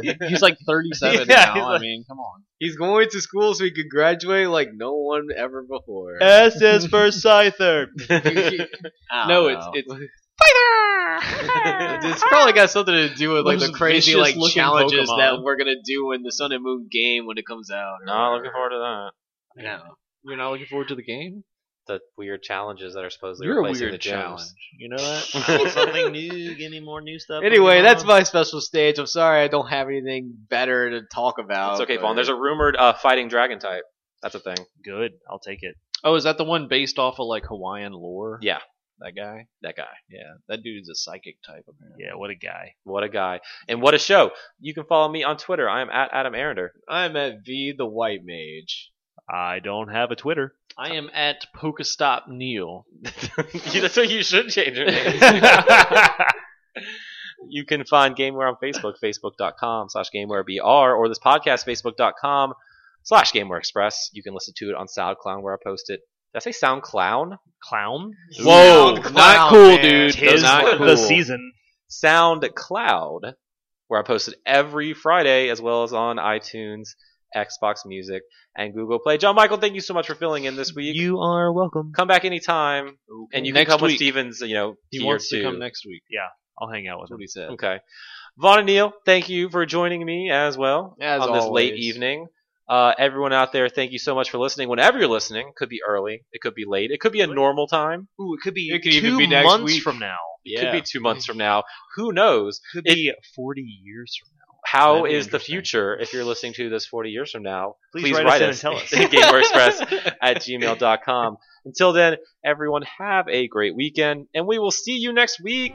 Speaker 3: Yeah. He's like 37
Speaker 2: Yeah,
Speaker 3: now.
Speaker 2: he's
Speaker 3: I
Speaker 2: like-
Speaker 3: mean, come on.
Speaker 4: He's going to school so he could graduate like no one ever before.
Speaker 2: S is for Scyther.
Speaker 3: No, it's it's
Speaker 4: it's probably got something to do with like the
Speaker 3: Those
Speaker 4: crazy like
Speaker 3: vicious-looking
Speaker 4: challenges
Speaker 3: Pokemon.
Speaker 4: that we're gonna do in the Sun and Moon game when it comes out. or
Speaker 1: Not
Speaker 4: whatever.
Speaker 1: looking forward to that.
Speaker 4: No.
Speaker 3: you're not looking forward to the game.
Speaker 1: The weird challenges that are supposedly
Speaker 3: You're a
Speaker 1: replacing
Speaker 3: weird
Speaker 1: the gems.
Speaker 3: challenge.
Speaker 2: You know what? I want something new. Give me more new stuff.
Speaker 4: Anyway,
Speaker 2: Pokemon.
Speaker 4: that's my special stage. I'm sorry I don't have anything better to talk about.
Speaker 1: It's okay,
Speaker 4: but-
Speaker 1: Vaughn. There's a rumored uh, fighting dragon type. That's a thing.
Speaker 2: good. I'll take it.
Speaker 3: Oh, is that the one based off of like Hawaiian lore?
Speaker 1: Yeah.
Speaker 3: That guy?
Speaker 1: That guy.
Speaker 3: Yeah. That dude's a psychic type, apparently.
Speaker 2: Yeah, what a guy.
Speaker 1: What a guy. And what a show. You can follow me on Twitter. I am at Adam Arender.
Speaker 4: I'm at V the White Mage.
Speaker 2: I don't have a Twitter.
Speaker 3: I am at Pokestop Neil.
Speaker 1: That's what you should change your name. you can find Gameware on Facebook, facebook.com slash GamewareBR, or this podcast, facebook.com slash Gameware Express. You can listen to it on SoundCloud where I post it. Did I say SoundCloud?
Speaker 2: Clown.
Speaker 3: Whoa,
Speaker 4: Sound
Speaker 3: not
Speaker 4: cloud,
Speaker 3: cool,
Speaker 4: man.
Speaker 3: dude.
Speaker 2: Tis
Speaker 1: not
Speaker 2: the
Speaker 1: cool.
Speaker 2: season.
Speaker 1: SoundCloud, where I post it every Friday, as well as on iTunes, Xbox Music, and Google Play. John Michael, thank you so much for filling in this week.
Speaker 2: You are welcome.
Speaker 1: come back anytime, and you
Speaker 3: Next
Speaker 1: can come
Speaker 3: week.
Speaker 1: with Stevens. You know,
Speaker 3: He
Speaker 1: tea
Speaker 3: wants
Speaker 1: or
Speaker 3: to
Speaker 1: two.
Speaker 3: come next week.
Speaker 2: I'll hang out with
Speaker 3: That's what
Speaker 2: him.
Speaker 3: he said.
Speaker 1: Okay. Vaughn and Neil, thank you for joining me as well
Speaker 4: As
Speaker 1: on this late
Speaker 4: always.
Speaker 1: evening. Uh, everyone out there, thank you so much for listening. Whenever you're listening, could be early, it could be late, it could be a normal time,
Speaker 2: Ooh, it could be
Speaker 4: It could
Speaker 2: two
Speaker 4: even be next
Speaker 2: months
Speaker 4: week.
Speaker 2: from now.
Speaker 1: it
Speaker 4: Yeah.
Speaker 1: could be two months from now. Who knows?
Speaker 2: Could
Speaker 1: It-
Speaker 2: be 40 years from now.
Speaker 1: How
Speaker 2: That'd be
Speaker 1: is the
Speaker 2: interesting.
Speaker 1: future if you're listening to this 40 years from now?
Speaker 2: Please, write, us, in and tell us.
Speaker 1: at GameWareExpress at gmail.com. Until then, everyone have a great weekend, and we will see you next week.